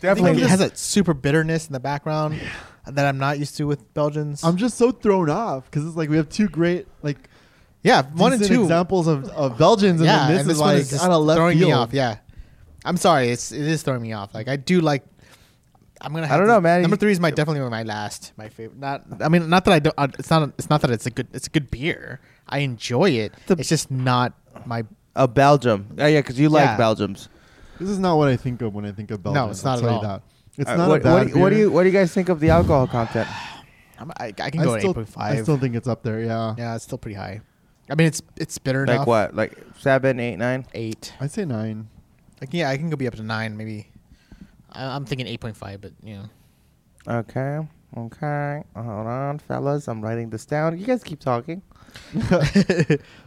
[SPEAKER 3] Like,
[SPEAKER 1] Definitely.
[SPEAKER 3] it has a super bitterness in the background that I'm not used to with Belgians.
[SPEAKER 2] I'm just so thrown off because it's like we have two great like
[SPEAKER 3] yeah, one and
[SPEAKER 2] decent
[SPEAKER 3] two.
[SPEAKER 2] examples of, of Belgians, and
[SPEAKER 3] yeah,
[SPEAKER 2] then this
[SPEAKER 3] and
[SPEAKER 2] is like
[SPEAKER 3] just
[SPEAKER 2] out of left
[SPEAKER 3] throwing
[SPEAKER 2] field.
[SPEAKER 3] me off. Yeah, I'm sorry. It's it is throwing me off. Like I do like. I'm gonna. Have
[SPEAKER 1] don't
[SPEAKER 3] to-
[SPEAKER 1] know, man.
[SPEAKER 3] Number
[SPEAKER 1] You-
[SPEAKER 3] three is my definitely my last, my favorite. Not. I mean, not that I don't. uh, It's not. It's not that it's a good. It's a good beer. I enjoy it.
[SPEAKER 1] The-
[SPEAKER 3] it's just not my.
[SPEAKER 1] a Belgium. Yeah, yeah, because you
[SPEAKER 3] Yeah.
[SPEAKER 1] like Belgiums.
[SPEAKER 2] This is not what I think of when I think of Belgium.
[SPEAKER 3] it's
[SPEAKER 2] I'll
[SPEAKER 3] not at
[SPEAKER 2] tell you
[SPEAKER 3] all.
[SPEAKER 2] That. It's
[SPEAKER 1] Uh,
[SPEAKER 2] not
[SPEAKER 1] what,
[SPEAKER 2] a bad
[SPEAKER 1] what, do you- what do
[SPEAKER 2] beer.
[SPEAKER 1] you what do you guys think of the alcohol content?
[SPEAKER 3] I'm, I, I can go
[SPEAKER 2] I
[SPEAKER 3] at
[SPEAKER 2] still,
[SPEAKER 3] 8.5.
[SPEAKER 2] I still think it's up there. Yeah,
[SPEAKER 3] yeah, it's still pretty high. I mean, it's it's bitter
[SPEAKER 1] like
[SPEAKER 3] enough.
[SPEAKER 1] what? Like seven, eight, nine.
[SPEAKER 3] Eight.
[SPEAKER 2] I'd say nine.
[SPEAKER 3] Like yeah, I can go be up to nine maybe. I, I'm thinking eight point five, but you know.
[SPEAKER 1] Okay. Okay. Hold on, fellas. I'm writing this down. You guys keep talking.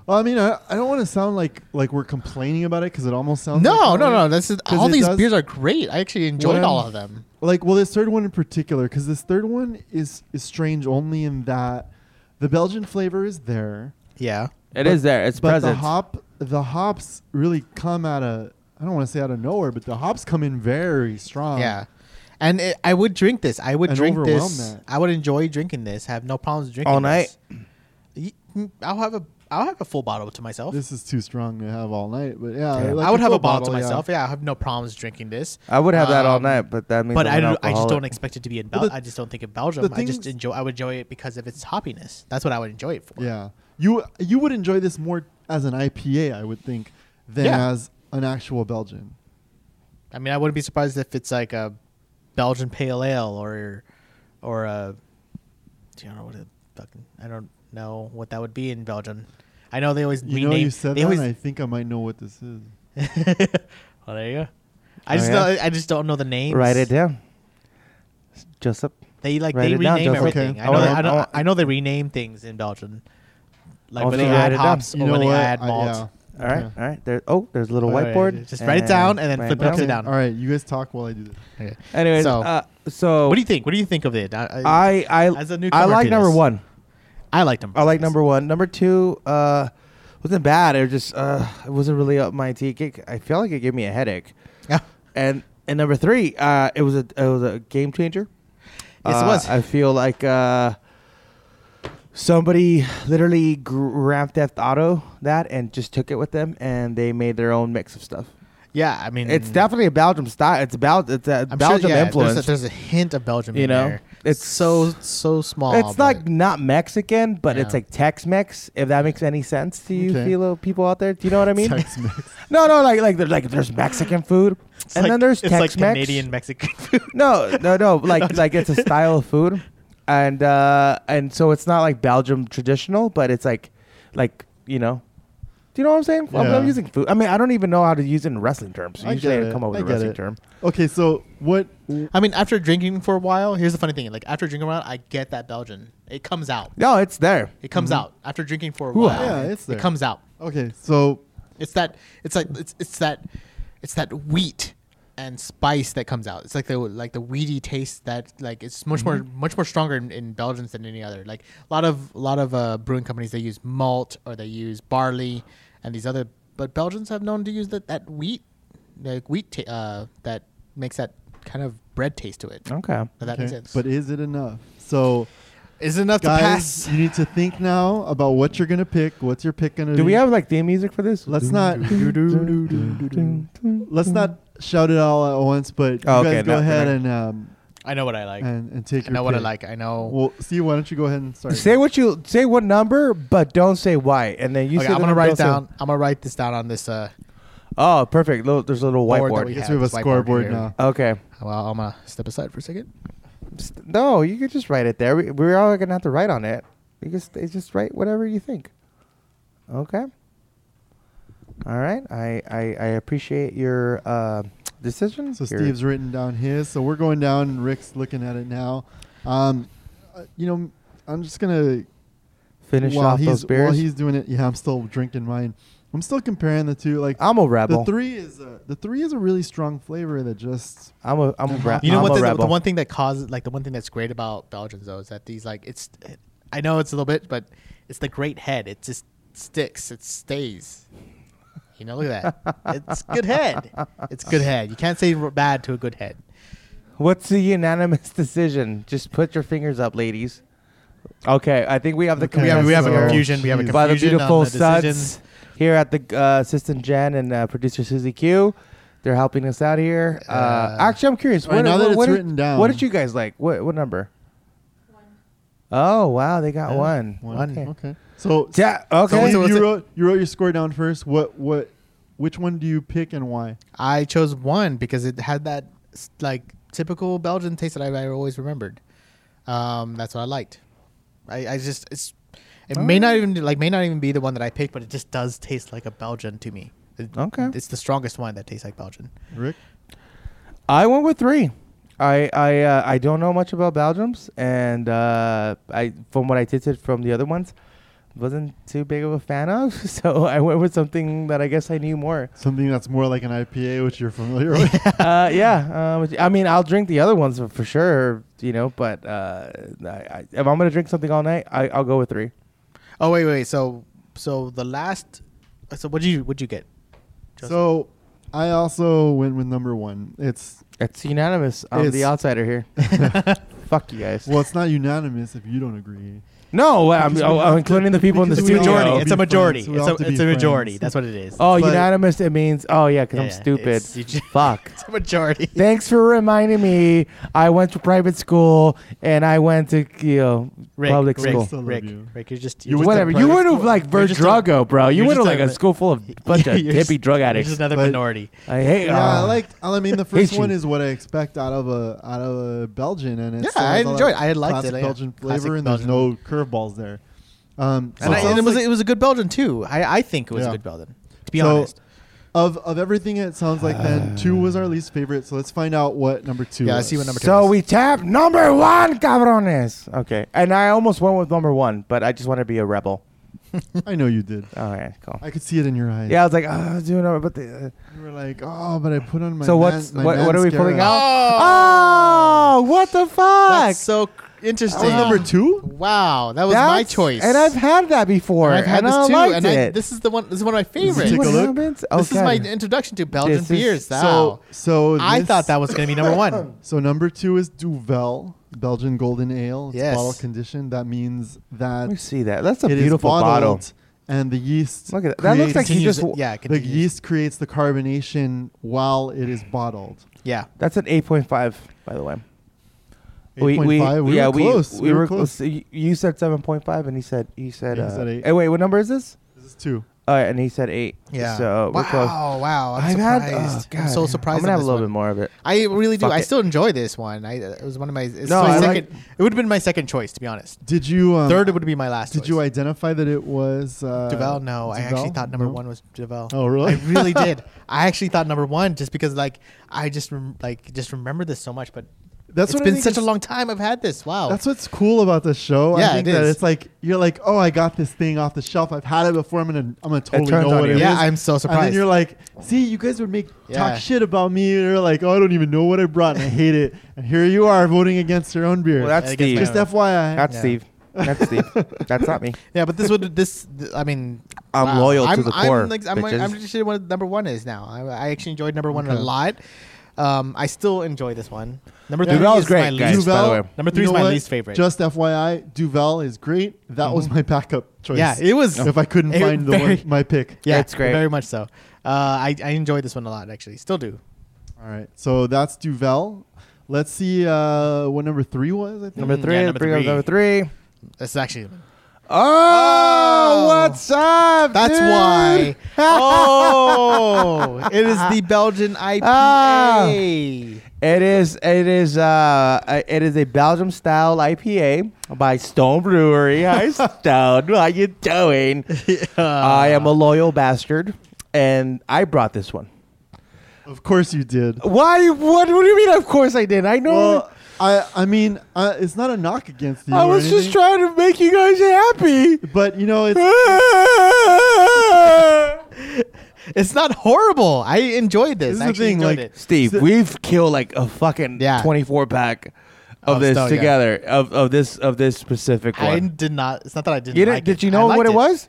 [SPEAKER 2] Well, I mean, I, I don't want to sound like like we're complaining about it because it almost sounds
[SPEAKER 3] no,
[SPEAKER 2] like that
[SPEAKER 3] no,
[SPEAKER 2] way.
[SPEAKER 3] no. This is
[SPEAKER 2] 'Cause
[SPEAKER 3] all
[SPEAKER 2] it
[SPEAKER 3] these
[SPEAKER 2] does-
[SPEAKER 3] beers are great. I actually enjoyed
[SPEAKER 2] What
[SPEAKER 3] all
[SPEAKER 2] I'm-
[SPEAKER 3] of them.
[SPEAKER 2] like well this third one in particular because this third one is is strange only in that the belgian flavor is there
[SPEAKER 3] Yeah.
[SPEAKER 1] It is
[SPEAKER 2] But-
[SPEAKER 1] there. It's
[SPEAKER 2] but
[SPEAKER 1] present.
[SPEAKER 2] the hop the hops really come out of i don't want to say out of nowhere but the hops come in very strong
[SPEAKER 3] yeah. And it, I would drink this. I would
[SPEAKER 2] Oh. And
[SPEAKER 3] drink
[SPEAKER 2] overwhelm
[SPEAKER 3] this.
[SPEAKER 2] that.
[SPEAKER 3] I would enjoy drinking this. Have no problems drinking
[SPEAKER 1] All night?
[SPEAKER 3] This. Y- I'll have a I'll have a full bottle to myself.
[SPEAKER 2] this is too strong to have all night but yeah
[SPEAKER 1] Yeah.
[SPEAKER 2] like
[SPEAKER 3] I would have
[SPEAKER 2] full
[SPEAKER 3] a bottle, to
[SPEAKER 2] yeah.
[SPEAKER 3] myself. Yeah. I have no problems drinking this.
[SPEAKER 1] I would have that all
[SPEAKER 3] Um,
[SPEAKER 1] night, but that means.
[SPEAKER 3] But
[SPEAKER 1] I'm
[SPEAKER 3] I,
[SPEAKER 1] an
[SPEAKER 3] don't- I just don't
[SPEAKER 1] alcoholic.
[SPEAKER 3] expect it to be in
[SPEAKER 2] But
[SPEAKER 3] Belgium.
[SPEAKER 2] the-
[SPEAKER 3] I just don't think in Belgium.
[SPEAKER 2] the
[SPEAKER 3] I just
[SPEAKER 2] things-
[SPEAKER 3] enjoy. I would enjoy it because of its hoppiness. That's what I would enjoy it for.
[SPEAKER 2] yeah you you would enjoy this more as an ipa i would think than
[SPEAKER 3] Yeah.
[SPEAKER 2] as an actual belgian
[SPEAKER 3] I mean, I wouldn't be surprised if it's like a Belgian pale ale or or a do you know what a fucking I don't know what that would be in Belgium. I know they always
[SPEAKER 2] you
[SPEAKER 3] rename.
[SPEAKER 2] know you said
[SPEAKER 3] they
[SPEAKER 2] that
[SPEAKER 3] always.
[SPEAKER 2] and i think i might know what this is
[SPEAKER 3] well, there you go. I
[SPEAKER 1] Oh,
[SPEAKER 3] just
[SPEAKER 1] yeah?
[SPEAKER 3] don't, I just don't know the names.
[SPEAKER 1] Write it down. Joseph.
[SPEAKER 3] They like
[SPEAKER 1] Write
[SPEAKER 3] they
[SPEAKER 1] it down,
[SPEAKER 3] rename
[SPEAKER 1] Joseph. Oh,
[SPEAKER 3] everything.
[SPEAKER 2] Okay.
[SPEAKER 3] I know.
[SPEAKER 2] I
[SPEAKER 3] they-
[SPEAKER 1] want-
[SPEAKER 3] I,
[SPEAKER 1] I
[SPEAKER 3] know
[SPEAKER 1] want-
[SPEAKER 3] I know they rename things in Belgium, like
[SPEAKER 1] I'll
[SPEAKER 3] when they
[SPEAKER 1] have to write
[SPEAKER 3] add
[SPEAKER 1] it down.
[SPEAKER 3] hops
[SPEAKER 2] you
[SPEAKER 3] or
[SPEAKER 2] know
[SPEAKER 3] when they
[SPEAKER 2] what
[SPEAKER 3] add
[SPEAKER 2] I-
[SPEAKER 1] Uh,
[SPEAKER 3] malt.
[SPEAKER 2] yeah.
[SPEAKER 1] All right.
[SPEAKER 2] Okay.
[SPEAKER 1] All right. There. Oh, there's a little
[SPEAKER 3] All right,
[SPEAKER 1] whiteboard.
[SPEAKER 3] just write it down and then
[SPEAKER 1] write
[SPEAKER 3] flip it upside
[SPEAKER 2] Okay,
[SPEAKER 3] down.
[SPEAKER 2] all right you guys talk while i do this
[SPEAKER 3] Okay.
[SPEAKER 1] Anyways,
[SPEAKER 3] So-
[SPEAKER 1] uh, so
[SPEAKER 3] What do you think? What do you think of it? I I,
[SPEAKER 1] I I
[SPEAKER 3] As a newcomer
[SPEAKER 1] I like
[SPEAKER 3] to
[SPEAKER 1] number
[SPEAKER 3] this.
[SPEAKER 1] one.
[SPEAKER 3] I liked them.
[SPEAKER 1] I like number one. Number two uh, wasn't bad. It was just uh, it wasn't really up my teeth. It- I feel like it gave me a headache.
[SPEAKER 3] Yeah.
[SPEAKER 1] And and number three, uh, it was a it was a game changer.
[SPEAKER 3] Yes, it
[SPEAKER 1] Uh,
[SPEAKER 3] was.
[SPEAKER 1] I feel like uh, somebody literally gr- Grand Theft Auto that and just took it with them, and they made their own mix of stuff.
[SPEAKER 3] Yeah, I mean,
[SPEAKER 1] It's definitely a Belgium style. It's about it's a
[SPEAKER 3] Mm. I'm sure-
[SPEAKER 1] Belgium
[SPEAKER 3] yeah, there's a-
[SPEAKER 1] influence.
[SPEAKER 3] There's a, hint of Belgium.
[SPEAKER 1] You
[SPEAKER 3] in
[SPEAKER 1] know?
[SPEAKER 3] there.
[SPEAKER 1] It's-
[SPEAKER 3] it's so so small.
[SPEAKER 1] It's
[SPEAKER 3] but-
[SPEAKER 1] like not Mexican, but it's
[SPEAKER 3] Yeah.
[SPEAKER 1] like Tex-Mex. If that makes any sense to you,
[SPEAKER 2] Okay.
[SPEAKER 1] Philo, people out there, do you know what I mean?
[SPEAKER 2] Tex-Mex.
[SPEAKER 1] no, no, like like there's like there's Mexican food,
[SPEAKER 3] It's
[SPEAKER 1] and
[SPEAKER 3] like-
[SPEAKER 1] then there's
[SPEAKER 3] it's like
[SPEAKER 1] Tex-Mex.
[SPEAKER 3] Canadian Mexican food.
[SPEAKER 1] No, no, no. Like like it's a style of food, and uh and so it's not like Belgium traditional, but it's like like you know Do you know what I'm saying? I'm,
[SPEAKER 2] Yeah.
[SPEAKER 1] I'm using food. I mean, I don't even know how to use it in wrestling terms.
[SPEAKER 2] I
[SPEAKER 1] Usually,
[SPEAKER 2] get
[SPEAKER 1] I
[SPEAKER 2] it.
[SPEAKER 1] come up with
[SPEAKER 2] I
[SPEAKER 1] a
[SPEAKER 2] get
[SPEAKER 1] wrestling
[SPEAKER 2] it.
[SPEAKER 1] term.
[SPEAKER 2] Okay, so what?
[SPEAKER 3] I mean, after drinking for a while, here's the funny thing. Like after drinking around, I get that Belgian. It comes out.
[SPEAKER 1] No, it's there.
[SPEAKER 3] It comes out after drinking for a
[SPEAKER 1] Mm-hmm. Ooh,
[SPEAKER 3] while.
[SPEAKER 2] yeah, it's there.
[SPEAKER 3] It comes out.
[SPEAKER 2] Okay, so
[SPEAKER 3] It's that. It's like it's it's that. It's that wheat and spice that comes out. It's like the like the weedy taste that like it's much more
[SPEAKER 2] Mm-hmm.
[SPEAKER 3] much more stronger in, in Belgians than any other. Like a lot of a lot of uh, brewing companies they use malt or they use barley and these other. But Belgians have known to use that that wheat, like wheat ta- uh, that makes that kind of bread taste to it.
[SPEAKER 1] Okay.
[SPEAKER 3] If that
[SPEAKER 2] Oh, okay,
[SPEAKER 3] makes sense.
[SPEAKER 2] but is it enough? So
[SPEAKER 3] is it enough to
[SPEAKER 2] guys,
[SPEAKER 3] pass?
[SPEAKER 2] you need to think now about what you're gonna pick. What's your pick gonna be?
[SPEAKER 1] Do we have like theme music for this?
[SPEAKER 2] Let's not. Let's not shout it all at once, but
[SPEAKER 1] Oh,
[SPEAKER 2] you guys
[SPEAKER 1] okay,
[SPEAKER 2] go
[SPEAKER 1] no,
[SPEAKER 2] ahead
[SPEAKER 1] we're
[SPEAKER 2] and um
[SPEAKER 3] I know what I like.
[SPEAKER 2] and, and take
[SPEAKER 3] I
[SPEAKER 2] your.
[SPEAKER 3] know what I
[SPEAKER 2] pick.
[SPEAKER 3] like. I know.
[SPEAKER 2] Well, Steve, why don't you go ahead and start?
[SPEAKER 1] Say what you say what number, but don't say why. And then you
[SPEAKER 3] okay,
[SPEAKER 1] say
[SPEAKER 3] I'm
[SPEAKER 1] the
[SPEAKER 3] gonna
[SPEAKER 1] number,
[SPEAKER 3] write
[SPEAKER 1] don't
[SPEAKER 3] it
[SPEAKER 1] say-
[SPEAKER 3] down. I'm gonna write this down on this. Uh,
[SPEAKER 1] Oh, perfect. Little, there's a little
[SPEAKER 3] Board that
[SPEAKER 1] whiteboard.
[SPEAKER 2] I
[SPEAKER 3] we
[SPEAKER 2] guess
[SPEAKER 3] Yeah,
[SPEAKER 2] we have a
[SPEAKER 3] it's whiteboard
[SPEAKER 2] scoreboard
[SPEAKER 3] here.
[SPEAKER 2] now.
[SPEAKER 1] Okay.
[SPEAKER 3] well, I'm gonna step aside for a second.
[SPEAKER 1] St- No, you could just write it there. We, we're all gonna have to write on it. You just it's just write whatever you think. Okay. All right. I I, I appreciate your uh, decision.
[SPEAKER 2] So
[SPEAKER 1] Your-
[SPEAKER 2] Steve's written down his. So we're going down. and Rick's looking at it now. Um, uh, you know, I'm just gonna
[SPEAKER 1] finish
[SPEAKER 2] while
[SPEAKER 1] off
[SPEAKER 2] he's
[SPEAKER 1] those beers.
[SPEAKER 2] while he's doing it. Yeah, I'm still drinking mine. I'm still comparing the two. Like
[SPEAKER 1] I'm a rebel.
[SPEAKER 2] the three is a, the three is a really strong flavor that just
[SPEAKER 1] I'm a I'm a rebel.
[SPEAKER 3] You know
[SPEAKER 1] I'm
[SPEAKER 3] what?
[SPEAKER 1] A
[SPEAKER 3] The,
[SPEAKER 1] rebel.
[SPEAKER 3] the one thing that causes, like, the one thing that's great about Belgians though is that these, like, it's. I know it's a little bit, but it's the great head. It just sticks. It stays. You know, look at that. It's good head. It's good head. You can't say r- bad to a good head.
[SPEAKER 1] What's the unanimous decision? Just put your fingers up, ladies. Okay, I think we have the
[SPEAKER 2] Okay.
[SPEAKER 3] We have, we have a
[SPEAKER 2] So-
[SPEAKER 3] confusion. We have a
[SPEAKER 1] by
[SPEAKER 2] Jeez.
[SPEAKER 3] confusion
[SPEAKER 1] the
[SPEAKER 3] on
[SPEAKER 1] beautiful
[SPEAKER 3] the decisions.
[SPEAKER 1] suds here at the uh, assistant Jen and uh, producer Susie Q. They're helping us out here. Uh,
[SPEAKER 3] Uh,
[SPEAKER 1] actually, I'm curious.
[SPEAKER 2] All right,
[SPEAKER 1] What,
[SPEAKER 2] now that
[SPEAKER 1] what-
[SPEAKER 2] it's
[SPEAKER 1] what did,
[SPEAKER 2] written down.
[SPEAKER 1] what did you guys like? What what number? Oh wow, they got
[SPEAKER 3] Yeah,
[SPEAKER 1] one.
[SPEAKER 3] one.
[SPEAKER 1] Okay.
[SPEAKER 2] okay. So
[SPEAKER 1] Yeah.
[SPEAKER 2] Steve,
[SPEAKER 1] Okay.
[SPEAKER 3] So what's
[SPEAKER 2] you
[SPEAKER 3] it-
[SPEAKER 2] wrote you wrote your score down first. What what which one do you pick and why?
[SPEAKER 3] I chose one because it had that s- like typical Belgian taste that I, I always remembered. Um, that's what I liked. I, I just it's it may not even like may not even be the one that I picked, but it just does taste like a Belgian to me. It-
[SPEAKER 1] Okay.
[SPEAKER 3] it's the strongest one that tastes like Belgian.
[SPEAKER 2] Rick.
[SPEAKER 1] I went with three. I I uh, I don't know much about Belgium's, and uh, I from what I tasted from the other ones, wasn't too big of a fan of. So I went with something that I guess I knew more.
[SPEAKER 2] Something that's more like an IPA, which you're familiar with.
[SPEAKER 1] uh, yeah. Uh, which- I mean, I'll drink the other ones for, for sure, you know. But uh, I, I, if I'm gonna drink something all night, I, I'll go with three.
[SPEAKER 3] Oh wait, wait. So so the last. So what did you what you get? Joseph?
[SPEAKER 2] so I also went with number one. It's
[SPEAKER 1] It's unanimous. I'm
[SPEAKER 2] It's-
[SPEAKER 1] the outsider here. Fuck you guys.
[SPEAKER 2] well, it's not unanimous if you don't agree.
[SPEAKER 1] no, I'm,
[SPEAKER 2] Because
[SPEAKER 1] oh,
[SPEAKER 2] we
[SPEAKER 1] I'm
[SPEAKER 2] have
[SPEAKER 1] including
[SPEAKER 2] to-
[SPEAKER 1] the people in the
[SPEAKER 2] because
[SPEAKER 3] it's
[SPEAKER 2] we
[SPEAKER 3] a
[SPEAKER 2] all
[SPEAKER 1] studio.
[SPEAKER 3] majority.
[SPEAKER 2] have to
[SPEAKER 3] It's a
[SPEAKER 2] be
[SPEAKER 3] majority.
[SPEAKER 2] friends. We all
[SPEAKER 3] It's
[SPEAKER 2] have
[SPEAKER 3] a,
[SPEAKER 2] to be
[SPEAKER 3] it's a majority.
[SPEAKER 2] friends.
[SPEAKER 3] That's what it is.
[SPEAKER 1] oh,
[SPEAKER 2] but-
[SPEAKER 1] unanimous. It means oh yeah, 'cause
[SPEAKER 3] Yeah,
[SPEAKER 1] I'm
[SPEAKER 3] yeah.
[SPEAKER 1] stupid.
[SPEAKER 3] It's- you ju-
[SPEAKER 1] Fuck.
[SPEAKER 3] it's a majority.
[SPEAKER 1] Thanks for reminding me. I went to private school and I went to you know
[SPEAKER 3] Rick,
[SPEAKER 1] public
[SPEAKER 3] Rick,
[SPEAKER 1] school.
[SPEAKER 2] I still love
[SPEAKER 3] Rick,
[SPEAKER 2] you.
[SPEAKER 3] Rick, you're just
[SPEAKER 2] You
[SPEAKER 3] just a
[SPEAKER 1] Whatever. You
[SPEAKER 3] private
[SPEAKER 1] went to
[SPEAKER 3] school.
[SPEAKER 1] like
[SPEAKER 3] You're just a-
[SPEAKER 1] Verdrugo, bro. You
[SPEAKER 3] you're
[SPEAKER 1] went to
[SPEAKER 3] just
[SPEAKER 1] like a school full of bunch of
[SPEAKER 3] You're just-
[SPEAKER 1] hippie drug
[SPEAKER 3] you're
[SPEAKER 1] addicts.
[SPEAKER 3] Just another
[SPEAKER 2] But-
[SPEAKER 3] minority.
[SPEAKER 1] I hate.
[SPEAKER 2] Yeah, I
[SPEAKER 1] oh.
[SPEAKER 2] liked. I mean, the first
[SPEAKER 1] Hate
[SPEAKER 2] one
[SPEAKER 1] you.
[SPEAKER 2] is what I expect out of a out of a Belgian, and it's
[SPEAKER 3] Yeah,
[SPEAKER 2] still
[SPEAKER 3] I
[SPEAKER 2] has all
[SPEAKER 3] enjoyed
[SPEAKER 2] that
[SPEAKER 3] it. I liked
[SPEAKER 2] classic
[SPEAKER 3] it, yeah.
[SPEAKER 2] Belgian
[SPEAKER 3] Classic
[SPEAKER 2] flavor, and
[SPEAKER 3] Belgian.
[SPEAKER 2] there's no curveballs there. Um, so
[SPEAKER 3] and, I,
[SPEAKER 2] sounds
[SPEAKER 3] and it was
[SPEAKER 2] like-
[SPEAKER 3] it was a good Belgian too. I, I think it was
[SPEAKER 2] Yeah.
[SPEAKER 3] a good Belgian. To be
[SPEAKER 2] So-
[SPEAKER 3] honest,
[SPEAKER 2] of of everything. It sounds like then two was our least favorite. So let's find out what number two.
[SPEAKER 3] Yeah, I
[SPEAKER 2] was.
[SPEAKER 3] see what number two
[SPEAKER 1] So
[SPEAKER 3] is.
[SPEAKER 1] we tap number one, cabrones. Okay, and I almost went with number one, but I just want to be a rebel.
[SPEAKER 2] I know you did.
[SPEAKER 1] All right, cool.
[SPEAKER 2] I could see it in your eyes.
[SPEAKER 1] Yeah, I was like, oh, I was doing it, but the. Uh,
[SPEAKER 2] You were like, oh, but I put on my.
[SPEAKER 1] so
[SPEAKER 2] man-
[SPEAKER 1] what's
[SPEAKER 2] my
[SPEAKER 1] what? What are we
[SPEAKER 2] mascara."
[SPEAKER 1] pulling out?
[SPEAKER 3] Oh!
[SPEAKER 1] Oh, what the fuck!
[SPEAKER 3] that's so c-
[SPEAKER 2] That
[SPEAKER 3] Oh, interesting.
[SPEAKER 2] was number two.
[SPEAKER 3] Wow, that was my
[SPEAKER 1] That's-
[SPEAKER 3] choice.
[SPEAKER 1] and I've had that before,
[SPEAKER 3] And
[SPEAKER 1] and,
[SPEAKER 3] I've had
[SPEAKER 1] I
[SPEAKER 3] this too,
[SPEAKER 1] liked
[SPEAKER 3] and I,
[SPEAKER 1] it.
[SPEAKER 3] this is the one. This is one of my
[SPEAKER 2] it
[SPEAKER 3] favorites.
[SPEAKER 2] Take a
[SPEAKER 1] What
[SPEAKER 2] look.
[SPEAKER 1] happens?
[SPEAKER 3] This is
[SPEAKER 1] Okay.
[SPEAKER 3] my introduction to Belgian
[SPEAKER 1] This is-
[SPEAKER 3] beers.
[SPEAKER 2] So
[SPEAKER 3] Wow.
[SPEAKER 2] so
[SPEAKER 3] I
[SPEAKER 2] this-
[SPEAKER 3] thought that was going to be number one.
[SPEAKER 2] So number two is Duvel Belgian Golden Ale. It's
[SPEAKER 3] Yes.
[SPEAKER 2] bottle conditioned. That means that
[SPEAKER 1] Let me see that. That's a
[SPEAKER 2] it is
[SPEAKER 1] beautiful bottle.
[SPEAKER 2] bottled, and the yeast.
[SPEAKER 1] Look at that. That looks like
[SPEAKER 2] creates-
[SPEAKER 1] he
[SPEAKER 3] Continues
[SPEAKER 1] just.
[SPEAKER 3] it- yeah, it
[SPEAKER 2] the
[SPEAKER 3] continues.
[SPEAKER 2] yeast creates the carbonation while it is bottled.
[SPEAKER 3] Yeah,
[SPEAKER 1] That's an eight point five, by the way. We,
[SPEAKER 2] 8.5. We
[SPEAKER 1] yeah
[SPEAKER 2] were close.
[SPEAKER 1] we, were close. You you said seven point five, and he said he said.
[SPEAKER 2] Yeah, he
[SPEAKER 1] uh,
[SPEAKER 2] said eight.
[SPEAKER 1] Hey, wait, what number is this?
[SPEAKER 2] This is two.
[SPEAKER 1] All right, and he said eight.
[SPEAKER 3] Yeah.
[SPEAKER 1] So
[SPEAKER 3] wow,
[SPEAKER 1] we're close.
[SPEAKER 3] wow. I'm
[SPEAKER 1] I've had.
[SPEAKER 3] surprised.
[SPEAKER 1] oh,
[SPEAKER 3] I'm so
[SPEAKER 1] God.
[SPEAKER 3] surprised.
[SPEAKER 1] I'm gonna
[SPEAKER 3] on
[SPEAKER 1] have a
[SPEAKER 3] this
[SPEAKER 1] little
[SPEAKER 3] one.
[SPEAKER 1] bit more of it.
[SPEAKER 3] I really do.
[SPEAKER 1] Fuck
[SPEAKER 3] I
[SPEAKER 1] it.
[SPEAKER 3] still enjoy this one. I it was one of my. It's
[SPEAKER 1] No,
[SPEAKER 3] my
[SPEAKER 1] I like-
[SPEAKER 3] second. it would have been my second choice, to be honest.
[SPEAKER 2] Did you um,
[SPEAKER 3] Third would be my last.
[SPEAKER 2] Did
[SPEAKER 3] choice.
[SPEAKER 2] you identify that it was uh,
[SPEAKER 3] Duvel? uh, No, I actually
[SPEAKER 2] Duvel?
[SPEAKER 3] thought number
[SPEAKER 2] No?
[SPEAKER 3] one was Duvel.
[SPEAKER 2] Oh, really?
[SPEAKER 3] I really did. I actually thought number one just because like I just rem- like just remember this so much, but
[SPEAKER 2] That's
[SPEAKER 3] it's
[SPEAKER 2] what I
[SPEAKER 3] been
[SPEAKER 2] think
[SPEAKER 3] such a
[SPEAKER 2] is-
[SPEAKER 3] long time I've had this. Wow.
[SPEAKER 2] That's what's cool about the show. I
[SPEAKER 3] Yeah,
[SPEAKER 2] think
[SPEAKER 3] it
[SPEAKER 2] that
[SPEAKER 3] is.
[SPEAKER 2] it's like you're like, oh, I got this thing off the shelf. I've had it before. I'm gonna, I'm gonna totally
[SPEAKER 1] turns
[SPEAKER 2] know
[SPEAKER 1] on
[SPEAKER 2] what
[SPEAKER 1] you.
[SPEAKER 2] it is.
[SPEAKER 3] yeah, I'm so
[SPEAKER 2] And then
[SPEAKER 3] surprised.
[SPEAKER 2] you're like, see, you guys would make
[SPEAKER 3] Yeah.
[SPEAKER 2] talk shit about me. And you're like, oh, I don't even know what I brought, and I hate it. And here you are voting against your own beer.
[SPEAKER 1] Well, that's
[SPEAKER 3] I guess
[SPEAKER 1] Steve.
[SPEAKER 2] just
[SPEAKER 3] my-
[SPEAKER 2] FYI.
[SPEAKER 1] That's
[SPEAKER 3] Yeah.
[SPEAKER 1] Steve. That's Steve. That's not me.
[SPEAKER 3] yeah, but this would this. th- I mean,
[SPEAKER 1] I'm loyal to
[SPEAKER 3] I'm,
[SPEAKER 1] the
[SPEAKER 3] I'm,
[SPEAKER 1] core,
[SPEAKER 3] Like, I'm,
[SPEAKER 1] bitches.
[SPEAKER 3] I'm interested in what number one is now. I, I actually enjoyed number one a
[SPEAKER 2] Okay.
[SPEAKER 3] lot. Um, I still enjoy this one. Number
[SPEAKER 2] Yeah.
[SPEAKER 3] three
[SPEAKER 1] Duvel's
[SPEAKER 3] is
[SPEAKER 1] great,
[SPEAKER 3] my
[SPEAKER 1] guys,
[SPEAKER 3] least.
[SPEAKER 1] by the way.
[SPEAKER 3] Number three
[SPEAKER 2] you
[SPEAKER 3] is
[SPEAKER 2] know
[SPEAKER 3] my
[SPEAKER 2] what?
[SPEAKER 3] least favorite. Mm-hmm.
[SPEAKER 2] Just FYI, Duvel is great. That was my backup choice.
[SPEAKER 3] Yeah, it was.
[SPEAKER 2] if I couldn't
[SPEAKER 3] it-
[SPEAKER 2] find the
[SPEAKER 3] very-
[SPEAKER 2] one, my pick.
[SPEAKER 3] Yeah,
[SPEAKER 1] It's great.
[SPEAKER 3] Very much so. Uh, I I enjoyed this one a lot. Actually, still do.
[SPEAKER 2] All right, so that's Duvel. Let's see uh, what number three was. I think.
[SPEAKER 1] Number
[SPEAKER 3] Mm,
[SPEAKER 1] three.
[SPEAKER 3] yeah,
[SPEAKER 1] let's
[SPEAKER 3] number
[SPEAKER 1] bring up
[SPEAKER 3] three.
[SPEAKER 1] number three.
[SPEAKER 3] That's actually.
[SPEAKER 1] Oh,
[SPEAKER 3] Oh.
[SPEAKER 1] what's up?
[SPEAKER 3] That's
[SPEAKER 1] dude?
[SPEAKER 3] why. Oh, it is the Belgian IPA.
[SPEAKER 1] It is. It is. Uh, uh, it is a Belgium style IPA by Stone Brewery. Hi, Stone. How you doing? I am a loyal bastard, and I brought this one.
[SPEAKER 2] Of course you did.
[SPEAKER 1] Why? What? What do you mean? Of course I did. I know.
[SPEAKER 2] Well, I I mean, uh, it's not a knock against you.
[SPEAKER 1] I
[SPEAKER 2] or
[SPEAKER 1] was just trying
[SPEAKER 2] anything,
[SPEAKER 1] to make you guys happy.
[SPEAKER 2] But you know, it's
[SPEAKER 3] It's not horrible. I enjoyed
[SPEAKER 2] This
[SPEAKER 3] this.
[SPEAKER 2] is
[SPEAKER 3] I
[SPEAKER 2] the
[SPEAKER 3] actually
[SPEAKER 2] thing,
[SPEAKER 3] enjoyed
[SPEAKER 2] like-
[SPEAKER 3] it.
[SPEAKER 1] Steve,
[SPEAKER 2] So-
[SPEAKER 1] we've killed like a fucking
[SPEAKER 3] Yeah.
[SPEAKER 1] 24 pack of
[SPEAKER 3] Of
[SPEAKER 1] this
[SPEAKER 3] Stone, yeah.
[SPEAKER 1] together of, of this of this specific
[SPEAKER 3] I
[SPEAKER 1] one.
[SPEAKER 3] did not. It's not that I didn't.
[SPEAKER 1] You didn't,
[SPEAKER 3] like
[SPEAKER 1] did
[SPEAKER 3] it.
[SPEAKER 1] you
[SPEAKER 3] I
[SPEAKER 1] know what
[SPEAKER 3] liked
[SPEAKER 1] it was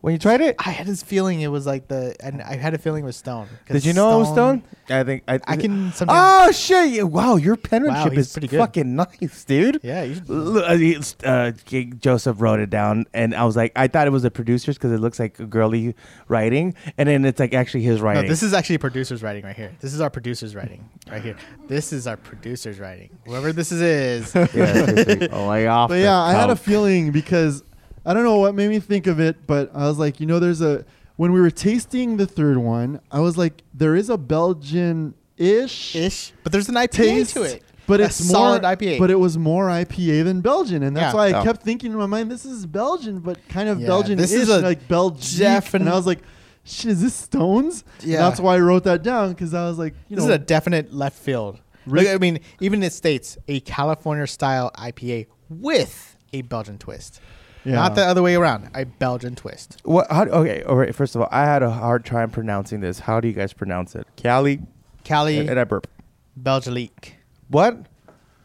[SPEAKER 1] when you tried it?
[SPEAKER 3] I had this feeling it was like the, and I had a feeling it was Stone. 'Cause
[SPEAKER 1] Did you know it was Stone? I think I,
[SPEAKER 3] I can sometimes.
[SPEAKER 1] Oh shit! Yeah, Wow, your penmanship
[SPEAKER 3] he's
[SPEAKER 1] is
[SPEAKER 3] pretty good.
[SPEAKER 1] fucking nice, dude.
[SPEAKER 3] Yeah, you should-
[SPEAKER 1] Look, uh, it's, uh, J- Joseph wrote it down, and I was like, I thought it was the producers because it looks like girly writing, and then it's like actually his
[SPEAKER 3] no,
[SPEAKER 1] writing.
[SPEAKER 3] this is actually producer's writing right here. This is our producer's writing right here. This is our producer's writing. Whoever this is,
[SPEAKER 1] yeah, seriously. oh, like off.
[SPEAKER 2] But
[SPEAKER 1] the
[SPEAKER 2] yeah, I had a
[SPEAKER 1] cuff.
[SPEAKER 2] feeling because I don't know what made me think of it, but I was like, you know, there's a when we were tasting the third one, I was like, there is a Belgian ish
[SPEAKER 3] ish. But there's an IPA
[SPEAKER 2] taste
[SPEAKER 3] to it.
[SPEAKER 2] But
[SPEAKER 3] A
[SPEAKER 2] it's
[SPEAKER 3] solid
[SPEAKER 2] more,
[SPEAKER 3] IPA.
[SPEAKER 2] But it was more IPA than Belgian, and that's
[SPEAKER 3] Yeah.
[SPEAKER 2] why I
[SPEAKER 1] Yeah.
[SPEAKER 2] kept thinking in my mind, this is Belgian, but kind of
[SPEAKER 3] Yeah,
[SPEAKER 2] Belgian.
[SPEAKER 3] this is a
[SPEAKER 2] like Belgian, and
[SPEAKER 3] definite-
[SPEAKER 2] I was like, shit, is this Stones? And
[SPEAKER 3] Yeah.
[SPEAKER 2] that's why I wrote that down because I was like, you
[SPEAKER 3] this
[SPEAKER 2] know,
[SPEAKER 3] is a definite left field.
[SPEAKER 2] Re-
[SPEAKER 3] Like, I mean, even it states a California style IPA with a Belgian twist.
[SPEAKER 2] Yeah.
[SPEAKER 3] Not the other way around. A Belgian twist.
[SPEAKER 1] What? How, okay, all right. First of all, I had a hard time pronouncing this. How do you guys pronounce it? Cali,
[SPEAKER 3] Cali
[SPEAKER 1] and, and I burp.
[SPEAKER 3] Belgique.
[SPEAKER 1] What?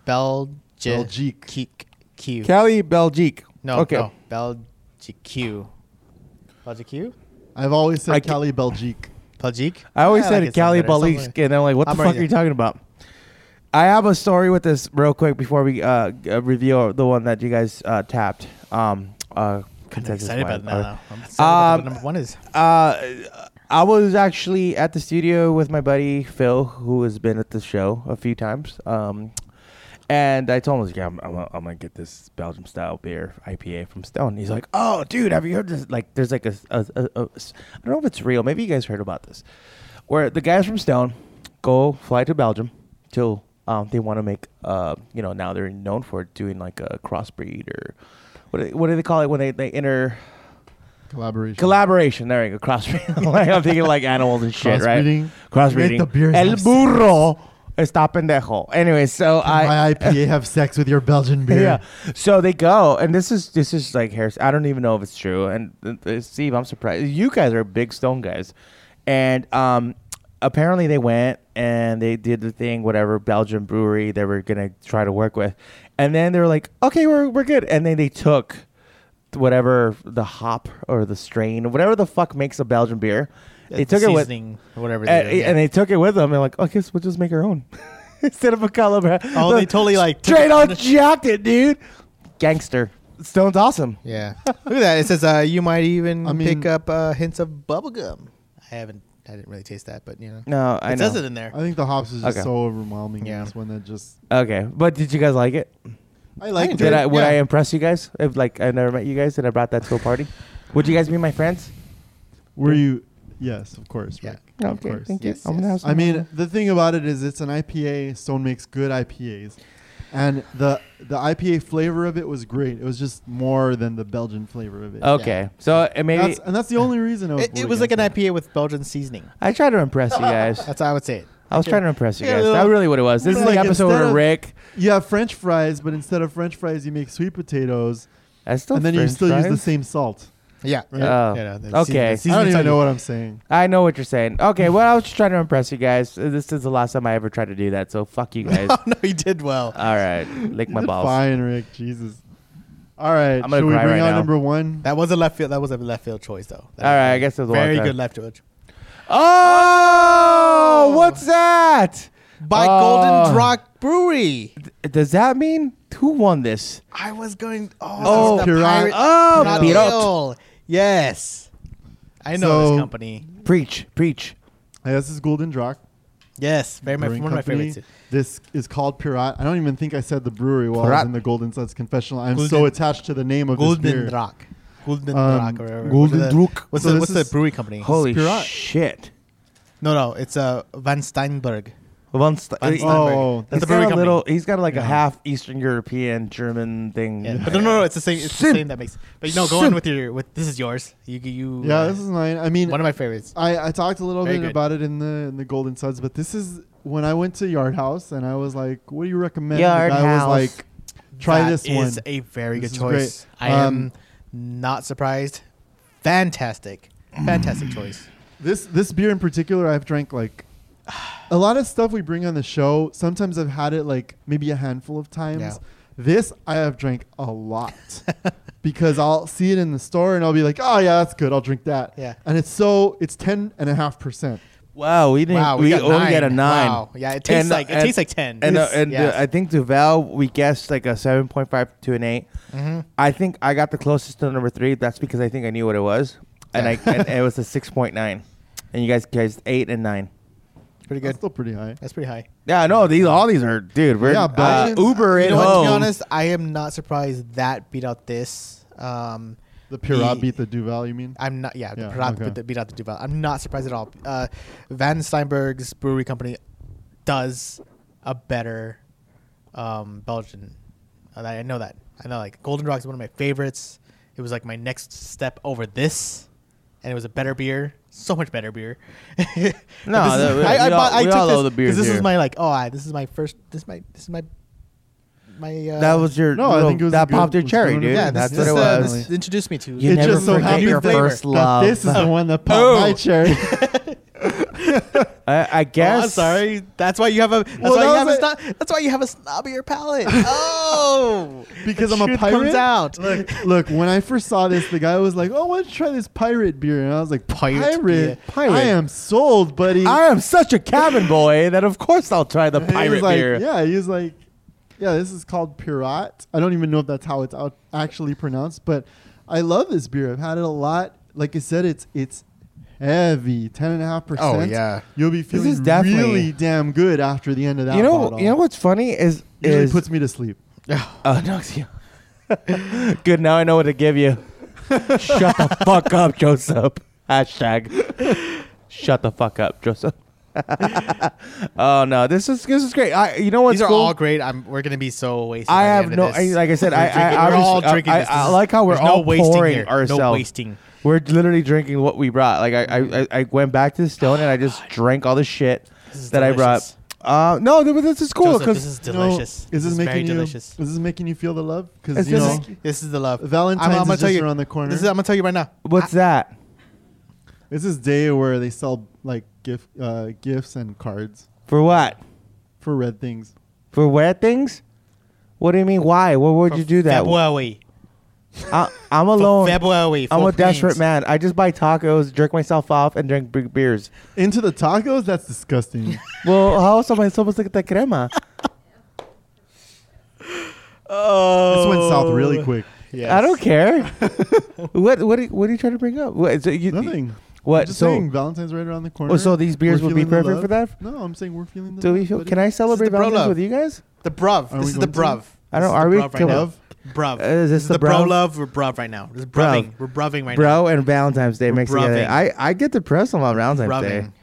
[SPEAKER 3] Belgique.
[SPEAKER 2] Belgique.
[SPEAKER 3] Q.
[SPEAKER 1] Cali Belgique.
[SPEAKER 3] no,
[SPEAKER 1] Okay.
[SPEAKER 3] no. Belgique. Belgique?
[SPEAKER 2] I've always said
[SPEAKER 1] I ca-
[SPEAKER 2] Cali Belgique.
[SPEAKER 3] Belgique?
[SPEAKER 1] I always
[SPEAKER 3] Yeah,
[SPEAKER 1] said
[SPEAKER 3] like it sounds
[SPEAKER 1] Cali
[SPEAKER 3] better. Sounds
[SPEAKER 1] Belgique,
[SPEAKER 3] like-
[SPEAKER 1] and they're like, "What
[SPEAKER 3] I'm
[SPEAKER 1] the
[SPEAKER 3] already
[SPEAKER 1] fuck are you
[SPEAKER 3] there.
[SPEAKER 1] talking about?" I have a story with this real quick before we uh, g- uh, reveal the one that you guys uh, tapped. Um, uh,
[SPEAKER 3] I'm
[SPEAKER 1] consensus
[SPEAKER 3] excited about it
[SPEAKER 1] wise, or-
[SPEAKER 3] now. though. I'm excited about
[SPEAKER 1] Um,
[SPEAKER 3] what number one is.
[SPEAKER 1] Uh, I was actually at the studio with my buddy Phil, who has been at the show a few times. Um, and I told him, I was like, yeah, I'm, I'm, I'm gonna get this Belgium style beer IPA from Stone. He's like, oh, dude, have you heard this? Like, there's like a, a, a, a, I don't know if it's real. Maybe you guys heard about this, where the guys from Stone go fly to Belgium till um, they want to make, uh, you know, now they're known for doing like a crossbreed or what do they, what do they call it when they they enter
[SPEAKER 2] Collaboration.
[SPEAKER 1] Collaboration. There you go. Crossbreeding. like, I'm thinking like animals and shit,
[SPEAKER 2] Crossbreeding.
[SPEAKER 1] right? Crossbreeding.
[SPEAKER 2] Make the beers
[SPEAKER 1] El
[SPEAKER 2] have sex.
[SPEAKER 1] burro está pendejo. Anyway, so I.
[SPEAKER 2] my IPA have sex with your Belgian beer.
[SPEAKER 1] Yeah. So they go, and this is this is like Harris. I don't even know if it's true. And uh, uh, Steve, I'm surprised. You guys are big Stone guys, and um, apparently they went and they did the thing, whatever Belgian brewery they were gonna try to work with, and then they were like, okay, we're we're good, and then they took whatever the hop or the strain, whatever the fuck makes a Belgian beer. They took it with
[SPEAKER 3] Seasoning or whatever.
[SPEAKER 1] and,
[SPEAKER 3] they do, yeah.
[SPEAKER 1] and they took it with them. And like, oh, I guess we'll just make our own instead of a color.
[SPEAKER 3] Oh, they totally, like, took
[SPEAKER 1] straight
[SPEAKER 3] it
[SPEAKER 1] on
[SPEAKER 3] from the-
[SPEAKER 1] jacked it, dude. Gangster. Stone's awesome.
[SPEAKER 3] Yeah. Look at that. It says uh, you might even
[SPEAKER 2] I
[SPEAKER 3] pick
[SPEAKER 2] mean-
[SPEAKER 3] up uh, hints of bubblegum. I haven't. I didn't really taste that, but you know.
[SPEAKER 1] No, I
[SPEAKER 3] it
[SPEAKER 1] know.
[SPEAKER 3] does it in there.
[SPEAKER 2] I think the hops is just
[SPEAKER 1] Okay.
[SPEAKER 2] so overwhelming. Yeah.
[SPEAKER 3] Yeah.
[SPEAKER 2] In this one that just
[SPEAKER 1] Okay, but did you guys like it?
[SPEAKER 2] I liked
[SPEAKER 1] Did
[SPEAKER 2] it.
[SPEAKER 1] I? Would
[SPEAKER 2] yeah.
[SPEAKER 1] I impress you guys? If like I never met you guys and I brought that to a party, would you guys be my friends?
[SPEAKER 2] Were you? Yes, of course.
[SPEAKER 3] Yeah.
[SPEAKER 2] Rick. Of
[SPEAKER 1] Okay,
[SPEAKER 2] course.
[SPEAKER 1] thank you.
[SPEAKER 3] Yes,
[SPEAKER 1] I'm gonna
[SPEAKER 3] yes.
[SPEAKER 1] have some
[SPEAKER 2] I mean,
[SPEAKER 1] more.
[SPEAKER 2] the thing about it is, it's an IPA. Stone makes good IPAs, and the the IPA flavor of it was great. It was just more than the Belgian flavor of it.
[SPEAKER 1] okay. So it maybe
[SPEAKER 2] That's, and that's the only reason I was.
[SPEAKER 3] It, it was like an IPA with Belgian seasoning.
[SPEAKER 1] I try to impress you guys.
[SPEAKER 3] That's how I would say it.
[SPEAKER 1] I was trying to impress you
[SPEAKER 3] Yeah,
[SPEAKER 1] guys.
[SPEAKER 3] little-
[SPEAKER 1] That's really what it was. This is
[SPEAKER 2] Like,
[SPEAKER 1] the episode
[SPEAKER 2] instead
[SPEAKER 1] where
[SPEAKER 2] of-
[SPEAKER 1] Rick.
[SPEAKER 2] You have French fries, but instead of French fries, you make sweet potatoes,
[SPEAKER 1] I still
[SPEAKER 2] and then
[SPEAKER 1] French
[SPEAKER 2] you still
[SPEAKER 1] fries?
[SPEAKER 2] use the same salt.
[SPEAKER 3] Yeah.
[SPEAKER 2] Right.
[SPEAKER 1] Oh,
[SPEAKER 3] Yeah, no, the
[SPEAKER 1] okay.
[SPEAKER 3] season-
[SPEAKER 2] I don't
[SPEAKER 3] Seasoning
[SPEAKER 2] even
[SPEAKER 3] tell
[SPEAKER 2] know
[SPEAKER 3] you.
[SPEAKER 2] what I'm saying.
[SPEAKER 1] I know what you're saying. Okay, well, I was just trying to impress you guys. Uh, This is the last time I ever tried to do that, so fuck you guys.
[SPEAKER 3] oh no, he did well.
[SPEAKER 1] All right, lick
[SPEAKER 2] You
[SPEAKER 1] my
[SPEAKER 2] did
[SPEAKER 1] balls.
[SPEAKER 2] Fine, Rick. Jesus. All right.
[SPEAKER 1] I'm gonna
[SPEAKER 2] Should we
[SPEAKER 1] cry
[SPEAKER 2] bring
[SPEAKER 1] right
[SPEAKER 2] out
[SPEAKER 1] now.
[SPEAKER 2] number one?
[SPEAKER 3] That was a left field. That was a left field choice, though. That
[SPEAKER 1] All
[SPEAKER 3] was
[SPEAKER 1] right,
[SPEAKER 3] a
[SPEAKER 1] I guess it was a
[SPEAKER 3] very
[SPEAKER 1] wild
[SPEAKER 3] good
[SPEAKER 1] card.
[SPEAKER 3] left field.
[SPEAKER 1] Oh,
[SPEAKER 3] Oh.
[SPEAKER 1] what's that?
[SPEAKER 3] By
[SPEAKER 1] Oh.
[SPEAKER 3] Golden Rock Brewery.
[SPEAKER 1] Th- Does that mean who won this?
[SPEAKER 3] I was going.
[SPEAKER 1] Oh,
[SPEAKER 3] Oh,
[SPEAKER 2] Pirate-
[SPEAKER 1] oh,
[SPEAKER 3] Pirate
[SPEAKER 1] Pirate.
[SPEAKER 3] Ale. Yes, I know
[SPEAKER 2] So-
[SPEAKER 3] this company.
[SPEAKER 1] Preach, preach.
[SPEAKER 2] Hey, this is Golden Drock.
[SPEAKER 3] Yes, very my, one
[SPEAKER 2] Brewing
[SPEAKER 3] of my
[SPEAKER 2] Company.
[SPEAKER 3] favorites.
[SPEAKER 2] This is called Pirat. I don't even think I said the brewery while I was
[SPEAKER 1] Pirat.
[SPEAKER 2] in the Golden Suds confessional. I'm so
[SPEAKER 3] Golden-
[SPEAKER 2] attached to the name of this beer.
[SPEAKER 3] Golden Rock. Golden
[SPEAKER 2] Um,
[SPEAKER 3] Rock or whatever.
[SPEAKER 2] Golden
[SPEAKER 3] What's the-
[SPEAKER 2] Druck.
[SPEAKER 3] What's
[SPEAKER 2] So
[SPEAKER 3] the
[SPEAKER 2] this
[SPEAKER 3] what's the
[SPEAKER 2] is-
[SPEAKER 3] brewery company?
[SPEAKER 1] Holy
[SPEAKER 2] Pirate.
[SPEAKER 1] shit.
[SPEAKER 3] No, no, it's uh, Van Steinberg.
[SPEAKER 1] Von St-
[SPEAKER 3] Van
[SPEAKER 1] he-
[SPEAKER 3] Steinberg.
[SPEAKER 2] oh.
[SPEAKER 1] he's
[SPEAKER 3] that's the
[SPEAKER 1] got
[SPEAKER 3] brewery
[SPEAKER 1] a
[SPEAKER 3] company.
[SPEAKER 1] little. He's got like a
[SPEAKER 2] Yeah.
[SPEAKER 1] half Eastern European German thing.
[SPEAKER 3] Yeah. But no, no, no, it's the same. It's the
[SPEAKER 1] Simp.
[SPEAKER 3] same that makes. But no, go
[SPEAKER 1] Simp.
[SPEAKER 3] on with your with. This is yours. You you.
[SPEAKER 2] Yeah,
[SPEAKER 3] uh,
[SPEAKER 2] this is mine. I mean,
[SPEAKER 3] one of my favorites.
[SPEAKER 2] I, I talked a little
[SPEAKER 3] Very
[SPEAKER 2] bit
[SPEAKER 3] good.
[SPEAKER 2] about it in the in the Golden Suds, but this is when I went to Yard House and I was like, "What do you recommend?"
[SPEAKER 1] Yard
[SPEAKER 2] I
[SPEAKER 1] House.
[SPEAKER 2] was like, "Try
[SPEAKER 3] That
[SPEAKER 2] this
[SPEAKER 3] Is
[SPEAKER 2] one."
[SPEAKER 3] a very
[SPEAKER 2] This
[SPEAKER 3] good
[SPEAKER 2] is great.
[SPEAKER 3] choice. I
[SPEAKER 2] Um,
[SPEAKER 3] am not surprised. Fantastic, fantastic choice.
[SPEAKER 2] This this beer in particular, I've drank like a lot of stuff we bring on the show. Sometimes I've had it like maybe a handful of times.
[SPEAKER 3] Yeah.
[SPEAKER 2] This I have drank a lot because I'll see it in the store and I'll be like, "Oh yeah, that's good. I'll drink that."
[SPEAKER 3] Yeah.
[SPEAKER 2] And it's so it's ten and a half percent.
[SPEAKER 1] Wow, we didn't.
[SPEAKER 3] Wow, we
[SPEAKER 1] we
[SPEAKER 3] got
[SPEAKER 1] only
[SPEAKER 3] nine.
[SPEAKER 1] got a nine. uh,
[SPEAKER 3] Wow. Yeah, it tastes like- it tastes like 10.
[SPEAKER 1] And uh,
[SPEAKER 3] It's-
[SPEAKER 1] and
[SPEAKER 3] yes.
[SPEAKER 1] uh, I think Duval, we guessed like a seven point five to an 8
[SPEAKER 3] Mm-hmm.
[SPEAKER 1] I think I got the closest to number three. That's because I think I knew what it was, and I and it was a six point nine. And you guys guys eight and nine.
[SPEAKER 3] Pretty
[SPEAKER 2] That's
[SPEAKER 3] good.
[SPEAKER 2] still pretty high.
[SPEAKER 3] That's pretty high.
[SPEAKER 1] Yeah, no, these all these are dude. We're
[SPEAKER 2] Yeah,
[SPEAKER 1] uh,
[SPEAKER 2] Belgians-
[SPEAKER 1] Uber
[SPEAKER 3] You
[SPEAKER 1] it
[SPEAKER 3] know what,
[SPEAKER 1] home.
[SPEAKER 3] to be honest, I am not surprised that beat out this. Um,
[SPEAKER 2] The Pirat
[SPEAKER 3] the-
[SPEAKER 2] beat the Duval. You mean?
[SPEAKER 3] I'm not. Yeah, the
[SPEAKER 2] Yeah,
[SPEAKER 3] Pirat
[SPEAKER 2] okay.
[SPEAKER 3] beat, beat out the Duval. I'm not surprised at all. Uh, Van Steinberg's brewery company does a better um, Belgian. And I I know that. I know like Golden Rock is one of my favorites. It was like my next step over this, and it was a better beer. So much better beer. no,
[SPEAKER 1] that- we- we all- we all love the beers
[SPEAKER 3] This
[SPEAKER 1] here.
[SPEAKER 3] is my like. Oh, I, this is my first. This is my. This is my. My. Uh,
[SPEAKER 1] that was your
[SPEAKER 2] No, I
[SPEAKER 1] little-
[SPEAKER 2] think it was
[SPEAKER 1] that
[SPEAKER 2] a good-
[SPEAKER 1] popped your
[SPEAKER 2] it was
[SPEAKER 1] cherry,
[SPEAKER 2] good
[SPEAKER 1] dude.
[SPEAKER 2] one.
[SPEAKER 3] Yeah,
[SPEAKER 1] that's
[SPEAKER 3] this,
[SPEAKER 1] what
[SPEAKER 3] this,
[SPEAKER 1] it
[SPEAKER 3] uh,
[SPEAKER 1] was.
[SPEAKER 3] this introduced me to.
[SPEAKER 1] You
[SPEAKER 2] It
[SPEAKER 1] never
[SPEAKER 2] just so
[SPEAKER 1] forget
[SPEAKER 2] happened
[SPEAKER 1] your
[SPEAKER 2] that-
[SPEAKER 1] first
[SPEAKER 2] that
[SPEAKER 1] love.
[SPEAKER 2] This is the one that popped
[SPEAKER 3] Oh.
[SPEAKER 2] my cherry.
[SPEAKER 1] I, I
[SPEAKER 3] Oh,
[SPEAKER 1] guess.
[SPEAKER 3] I'm sorry. That's why you have a. That's
[SPEAKER 2] Well,
[SPEAKER 3] why you
[SPEAKER 2] that
[SPEAKER 3] have a.
[SPEAKER 2] was
[SPEAKER 3] Snob, that's why you have a snobbier palate. Oh,
[SPEAKER 2] because
[SPEAKER 3] The
[SPEAKER 2] I'm a
[SPEAKER 3] truth
[SPEAKER 2] pirate.
[SPEAKER 3] Comes out.
[SPEAKER 2] Look, look, when I first saw this, the guy was like, "Oh, why don't you try this pirate beer?" And I was like,
[SPEAKER 3] Pirate
[SPEAKER 2] "Pirate,
[SPEAKER 3] beer.
[SPEAKER 2] pirate,
[SPEAKER 1] Pirate.
[SPEAKER 2] I am sold, buddy."
[SPEAKER 1] I am such a cabin boy that of course I'll try the
[SPEAKER 2] And he was
[SPEAKER 1] pirate
[SPEAKER 2] like,
[SPEAKER 1] beer.
[SPEAKER 2] Yeah, he was like, "Yeah, this is called Pirat." I don't even know if that's how it's out actually pronounced, but I love this beer. I've had it a lot. Like I said, it's it's heavy, ten and a half percent.
[SPEAKER 3] yeah.
[SPEAKER 2] you'll be feeling
[SPEAKER 1] Oh, is definitely-
[SPEAKER 2] really damn good after the end of that.
[SPEAKER 1] you know,
[SPEAKER 2] bottle.
[SPEAKER 1] you know what's funny is
[SPEAKER 2] usually
[SPEAKER 1] is
[SPEAKER 2] puts me to sleep.
[SPEAKER 1] Oh, no, it's you. Good. Now I know what to give you. Shut the fuck up, Joseph. Hashtag. Shut the fuck up, Joseph. oh no, this is this is great. I, you know what's
[SPEAKER 3] These are
[SPEAKER 1] cool?
[SPEAKER 3] all great. I'm. We're gonna be so wasted.
[SPEAKER 1] I
[SPEAKER 3] by the
[SPEAKER 1] have
[SPEAKER 3] end of
[SPEAKER 1] no.
[SPEAKER 3] this.
[SPEAKER 1] I, like I said,
[SPEAKER 3] We're
[SPEAKER 1] I,
[SPEAKER 3] drinking-
[SPEAKER 1] I, I
[SPEAKER 3] we're
[SPEAKER 1] was-
[SPEAKER 3] all
[SPEAKER 1] I-
[SPEAKER 3] drinking.
[SPEAKER 1] I,
[SPEAKER 3] this. This
[SPEAKER 1] I
[SPEAKER 3] is-
[SPEAKER 1] like how we're
[SPEAKER 3] there's no
[SPEAKER 1] all
[SPEAKER 3] wasting
[SPEAKER 1] pouring
[SPEAKER 3] here.
[SPEAKER 1] ourselves.
[SPEAKER 3] No wasting. Mm.
[SPEAKER 1] We're literally drinking what we brought. Like I, I, I, I went back to the stone and I just drank all the shit
[SPEAKER 3] This is
[SPEAKER 1] that I
[SPEAKER 3] delicious.
[SPEAKER 1] brought. Uh, no, th- but this is cool
[SPEAKER 3] Joseph,
[SPEAKER 1] because
[SPEAKER 3] this is
[SPEAKER 2] You know,
[SPEAKER 3] delicious.
[SPEAKER 2] is this,
[SPEAKER 3] is
[SPEAKER 2] making
[SPEAKER 3] very
[SPEAKER 2] you?
[SPEAKER 3] delicious.
[SPEAKER 2] Is this making you feel the love?
[SPEAKER 1] It's
[SPEAKER 2] Because you know,
[SPEAKER 1] just-
[SPEAKER 3] This is the love.
[SPEAKER 2] Valentine's
[SPEAKER 3] I'm, I'm gonna
[SPEAKER 2] is
[SPEAKER 3] tell
[SPEAKER 2] just
[SPEAKER 3] you,
[SPEAKER 2] around the corner.
[SPEAKER 3] This is, I'm gonna tell you right now.
[SPEAKER 1] what's that?
[SPEAKER 2] It's this day where they sell like gift uh, gifts and cards
[SPEAKER 1] For what?
[SPEAKER 2] for red things.
[SPEAKER 1] For wet things? What do you mean? Why? Why would you do that?
[SPEAKER 3] February.
[SPEAKER 1] I, I'm
[SPEAKER 3] For
[SPEAKER 1] alone.
[SPEAKER 3] February.
[SPEAKER 1] I'm
[SPEAKER 3] for
[SPEAKER 1] a desperate
[SPEAKER 3] planes.
[SPEAKER 1] man. I just buy tacos, jerk myself off, and drink big beers.
[SPEAKER 2] Into the tacos? That's disgusting.
[SPEAKER 1] Well, how else am I supposed to get the crema?
[SPEAKER 3] Oh,
[SPEAKER 2] this went south really quick.
[SPEAKER 3] Yes.
[SPEAKER 1] I don't care. what what are, what are you trying to bring up? What, so you,
[SPEAKER 2] Nothing.
[SPEAKER 1] What?
[SPEAKER 2] I'm just
[SPEAKER 1] so
[SPEAKER 2] saying Valentine's right around the corner.
[SPEAKER 1] Oh, so these beers
[SPEAKER 2] We're
[SPEAKER 1] would be
[SPEAKER 2] feeling the
[SPEAKER 1] perfect
[SPEAKER 2] love.
[SPEAKER 1] for that?
[SPEAKER 2] No, I'm saying we're feeling the
[SPEAKER 1] do we
[SPEAKER 2] love,
[SPEAKER 1] feel,
[SPEAKER 2] buddy.
[SPEAKER 1] can I celebrate
[SPEAKER 3] the
[SPEAKER 1] Valentine's
[SPEAKER 3] prologue.
[SPEAKER 1] with you guys?
[SPEAKER 3] The bruv.
[SPEAKER 2] Are we
[SPEAKER 3] this is the
[SPEAKER 2] going
[SPEAKER 3] bruv.
[SPEAKER 2] to?
[SPEAKER 1] I
[SPEAKER 3] This
[SPEAKER 1] don't.
[SPEAKER 3] is
[SPEAKER 1] Are
[SPEAKER 3] the
[SPEAKER 1] we?
[SPEAKER 3] bruv right
[SPEAKER 1] can we-
[SPEAKER 3] now.
[SPEAKER 2] Love?
[SPEAKER 3] Bruv.
[SPEAKER 1] this
[SPEAKER 3] this is
[SPEAKER 1] the
[SPEAKER 3] the bro
[SPEAKER 1] bruv?
[SPEAKER 3] love. We're bruv right now. This is
[SPEAKER 1] Bruv.
[SPEAKER 3] bruving. We're bruving right now.
[SPEAKER 1] bro and Valentine's Day mixed together.
[SPEAKER 3] Rubbing.
[SPEAKER 1] I, I get depressed on my Valentine's Day.
[SPEAKER 3] Rubbing.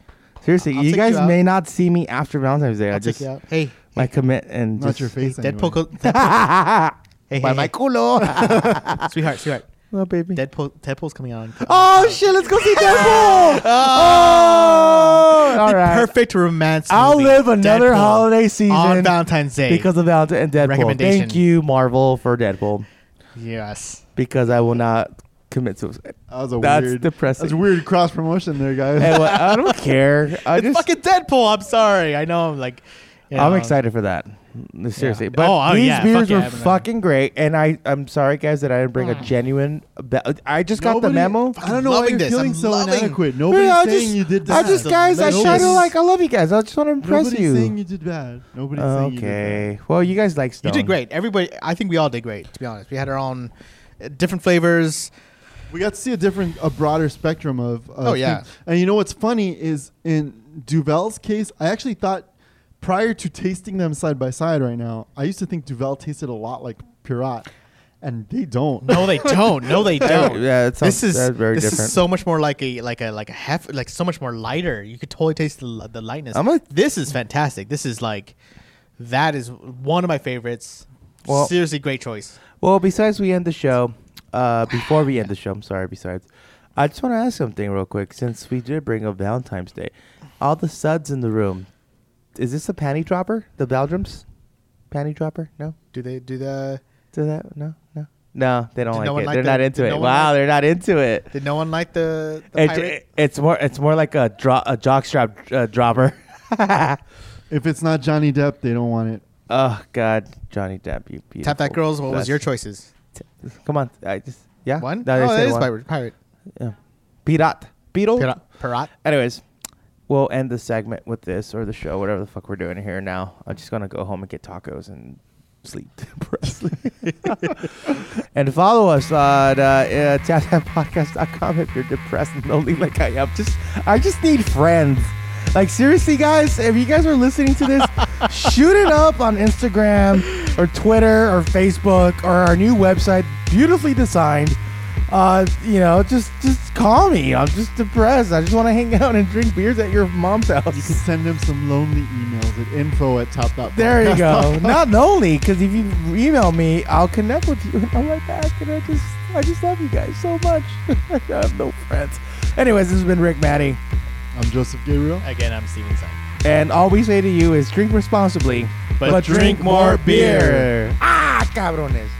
[SPEAKER 1] Seriously,
[SPEAKER 3] I'll
[SPEAKER 1] you
[SPEAKER 3] take
[SPEAKER 1] guys
[SPEAKER 3] you out.
[SPEAKER 1] may not see me after Valentine's Day. i
[SPEAKER 3] I'll
[SPEAKER 1] just
[SPEAKER 3] take you out. Hey,
[SPEAKER 1] my commit and
[SPEAKER 2] Not
[SPEAKER 1] just,
[SPEAKER 2] your face.
[SPEAKER 3] Deadpool.
[SPEAKER 2] anyway.
[SPEAKER 3] Co- hey,
[SPEAKER 1] by
[SPEAKER 3] hey,
[SPEAKER 1] my
[SPEAKER 3] hey.
[SPEAKER 1] culo.
[SPEAKER 3] sweetheart, sweetheart.
[SPEAKER 1] oh baby.
[SPEAKER 3] Deadpool. Deadpool's coming on.
[SPEAKER 1] Oh shit! Let's go see Deadpool. oh, all
[SPEAKER 3] The
[SPEAKER 1] right.
[SPEAKER 3] Perfect romance.
[SPEAKER 1] I'll
[SPEAKER 3] movie.
[SPEAKER 1] live another
[SPEAKER 3] Deadpool
[SPEAKER 1] holiday season
[SPEAKER 3] on Valentine's Day.
[SPEAKER 1] because of Valentine and Deadpool.
[SPEAKER 3] Recommendation.
[SPEAKER 1] Thank you, Marvel, for Deadpool
[SPEAKER 3] yes.
[SPEAKER 1] because I will not commit suicide.
[SPEAKER 2] That was a
[SPEAKER 1] That's
[SPEAKER 2] weird.
[SPEAKER 1] depressing.
[SPEAKER 2] That's weird cross promotion there, guys.
[SPEAKER 1] Hey, what- I don't care. I
[SPEAKER 3] it's
[SPEAKER 1] just
[SPEAKER 3] fucking Deadpool. I'm sorry. I know. I'm like, you
[SPEAKER 1] I'm
[SPEAKER 3] know,
[SPEAKER 1] excited for that. Seriously, but
[SPEAKER 3] Oh, oh,
[SPEAKER 1] these
[SPEAKER 3] yeah,
[SPEAKER 1] beers
[SPEAKER 3] fuck
[SPEAKER 1] were
[SPEAKER 3] yeah, Hmm. I haven't had
[SPEAKER 1] fucking great, and I I'm sorry guys that I didn't bring a genuine. Be- I just got the
[SPEAKER 2] Nobody-
[SPEAKER 1] memo.
[SPEAKER 2] I don't know why
[SPEAKER 3] Loving
[SPEAKER 2] you're
[SPEAKER 3] this.
[SPEAKER 2] feeling
[SPEAKER 3] I'm
[SPEAKER 2] so
[SPEAKER 3] loving-
[SPEAKER 2] inadequate.
[SPEAKER 1] Really,
[SPEAKER 2] Nobody's
[SPEAKER 1] I
[SPEAKER 2] saying
[SPEAKER 1] just,
[SPEAKER 2] you did
[SPEAKER 1] I
[SPEAKER 2] bad.
[SPEAKER 1] just guys, I try to
[SPEAKER 3] Delicious.
[SPEAKER 1] like. I love you guys. I just want to impress
[SPEAKER 2] Nobody's saying
[SPEAKER 1] you.
[SPEAKER 2] you did bad. Nobody's saying you did
[SPEAKER 1] Okay. Well, you guys like
[SPEAKER 3] You
[SPEAKER 1] Stone.
[SPEAKER 3] did great. Everybody. I think we all did great. To be honest, we had our own uh, different flavors.
[SPEAKER 2] bad. We got to see a different, a broader spectrum of. of
[SPEAKER 3] Oh, yeah.
[SPEAKER 2] things. And you know what's funny is in Duvel's case, I actually thought prior to tasting them side by side right now, I used to think Duvel tasted a lot like Pirat, and they don't.
[SPEAKER 3] No, they don't. No, they don't.
[SPEAKER 1] yeah, it sounds-
[SPEAKER 3] this is
[SPEAKER 1] that's very
[SPEAKER 3] this
[SPEAKER 1] different.
[SPEAKER 3] is so much more like a like a like a half like so much more lighter. You could totally taste the, li- the lightness.
[SPEAKER 1] I'm a-
[SPEAKER 3] this is fantastic. This is like that is one of my favorites.
[SPEAKER 1] Well-
[SPEAKER 3] Seriously, great choice.
[SPEAKER 1] Well, besides we end the show, uh, before we end the show, I'm sorry. Besides, I just want to ask something real quick. Since we did bring up Valentine's Day, all the suds in the room, is this a panty dropper? The Baldrums, panty dropper? No,
[SPEAKER 3] Do they do the?
[SPEAKER 1] do that? No, no, no. They don't
[SPEAKER 3] Did
[SPEAKER 1] like
[SPEAKER 3] no one
[SPEAKER 1] it.
[SPEAKER 3] like
[SPEAKER 1] they're
[SPEAKER 3] the-
[SPEAKER 1] not into
[SPEAKER 3] did
[SPEAKER 1] it.
[SPEAKER 3] no one
[SPEAKER 1] wow,
[SPEAKER 3] like-
[SPEAKER 1] they're not into it.
[SPEAKER 3] Did no one like the? the
[SPEAKER 1] It,
[SPEAKER 3] pirate?
[SPEAKER 1] it's more. It's more like a dro- a jockstrap uh, dropper.
[SPEAKER 2] If it's not Johnny Depp, they don't want it.
[SPEAKER 1] oh God, Johnny Depp, you beautiful.
[SPEAKER 3] Tap that girls. What was
[SPEAKER 1] best.
[SPEAKER 3] your choices?
[SPEAKER 1] Come on, I just yeah.
[SPEAKER 3] One.
[SPEAKER 1] No, I
[SPEAKER 3] oh,
[SPEAKER 1] said
[SPEAKER 3] that is
[SPEAKER 1] one.
[SPEAKER 3] pirate. Pirate.
[SPEAKER 1] Yeah. Pirat. Beetle.
[SPEAKER 3] Pirat. Pirat.
[SPEAKER 1] Anyways, we'll end the segment with this or the show, whatever the fuck we're doing here now. I'm just gonna go home and get tacos and sleep depressly. and follow us on uh, uh, taptappodcast.com if you're depressed and lonely like I am. Just I just need friends. Like seriously, guys, if you guys are listening to this, shoot it up on Instagram or Twitter or Facebook or our new website, beautifully designed. Uh, you know, just just call me. I'm just depressed. I just want to hang out and drink beers at your mom's
[SPEAKER 2] You
[SPEAKER 1] house.
[SPEAKER 2] can send them some lonely emails at info at top.
[SPEAKER 1] There you go. Not only because if you email me, I'll connect with you and I'll write back. And I just, I just love you guys so much. I have no friends. Anyways, this has been Rick Matty,
[SPEAKER 2] I'm Joseph Gabriel.
[SPEAKER 3] Again, I'm Steven Stein.
[SPEAKER 1] and all we say to you is drink responsibly,
[SPEAKER 3] But drink more beer.
[SPEAKER 1] Ah, cabrones.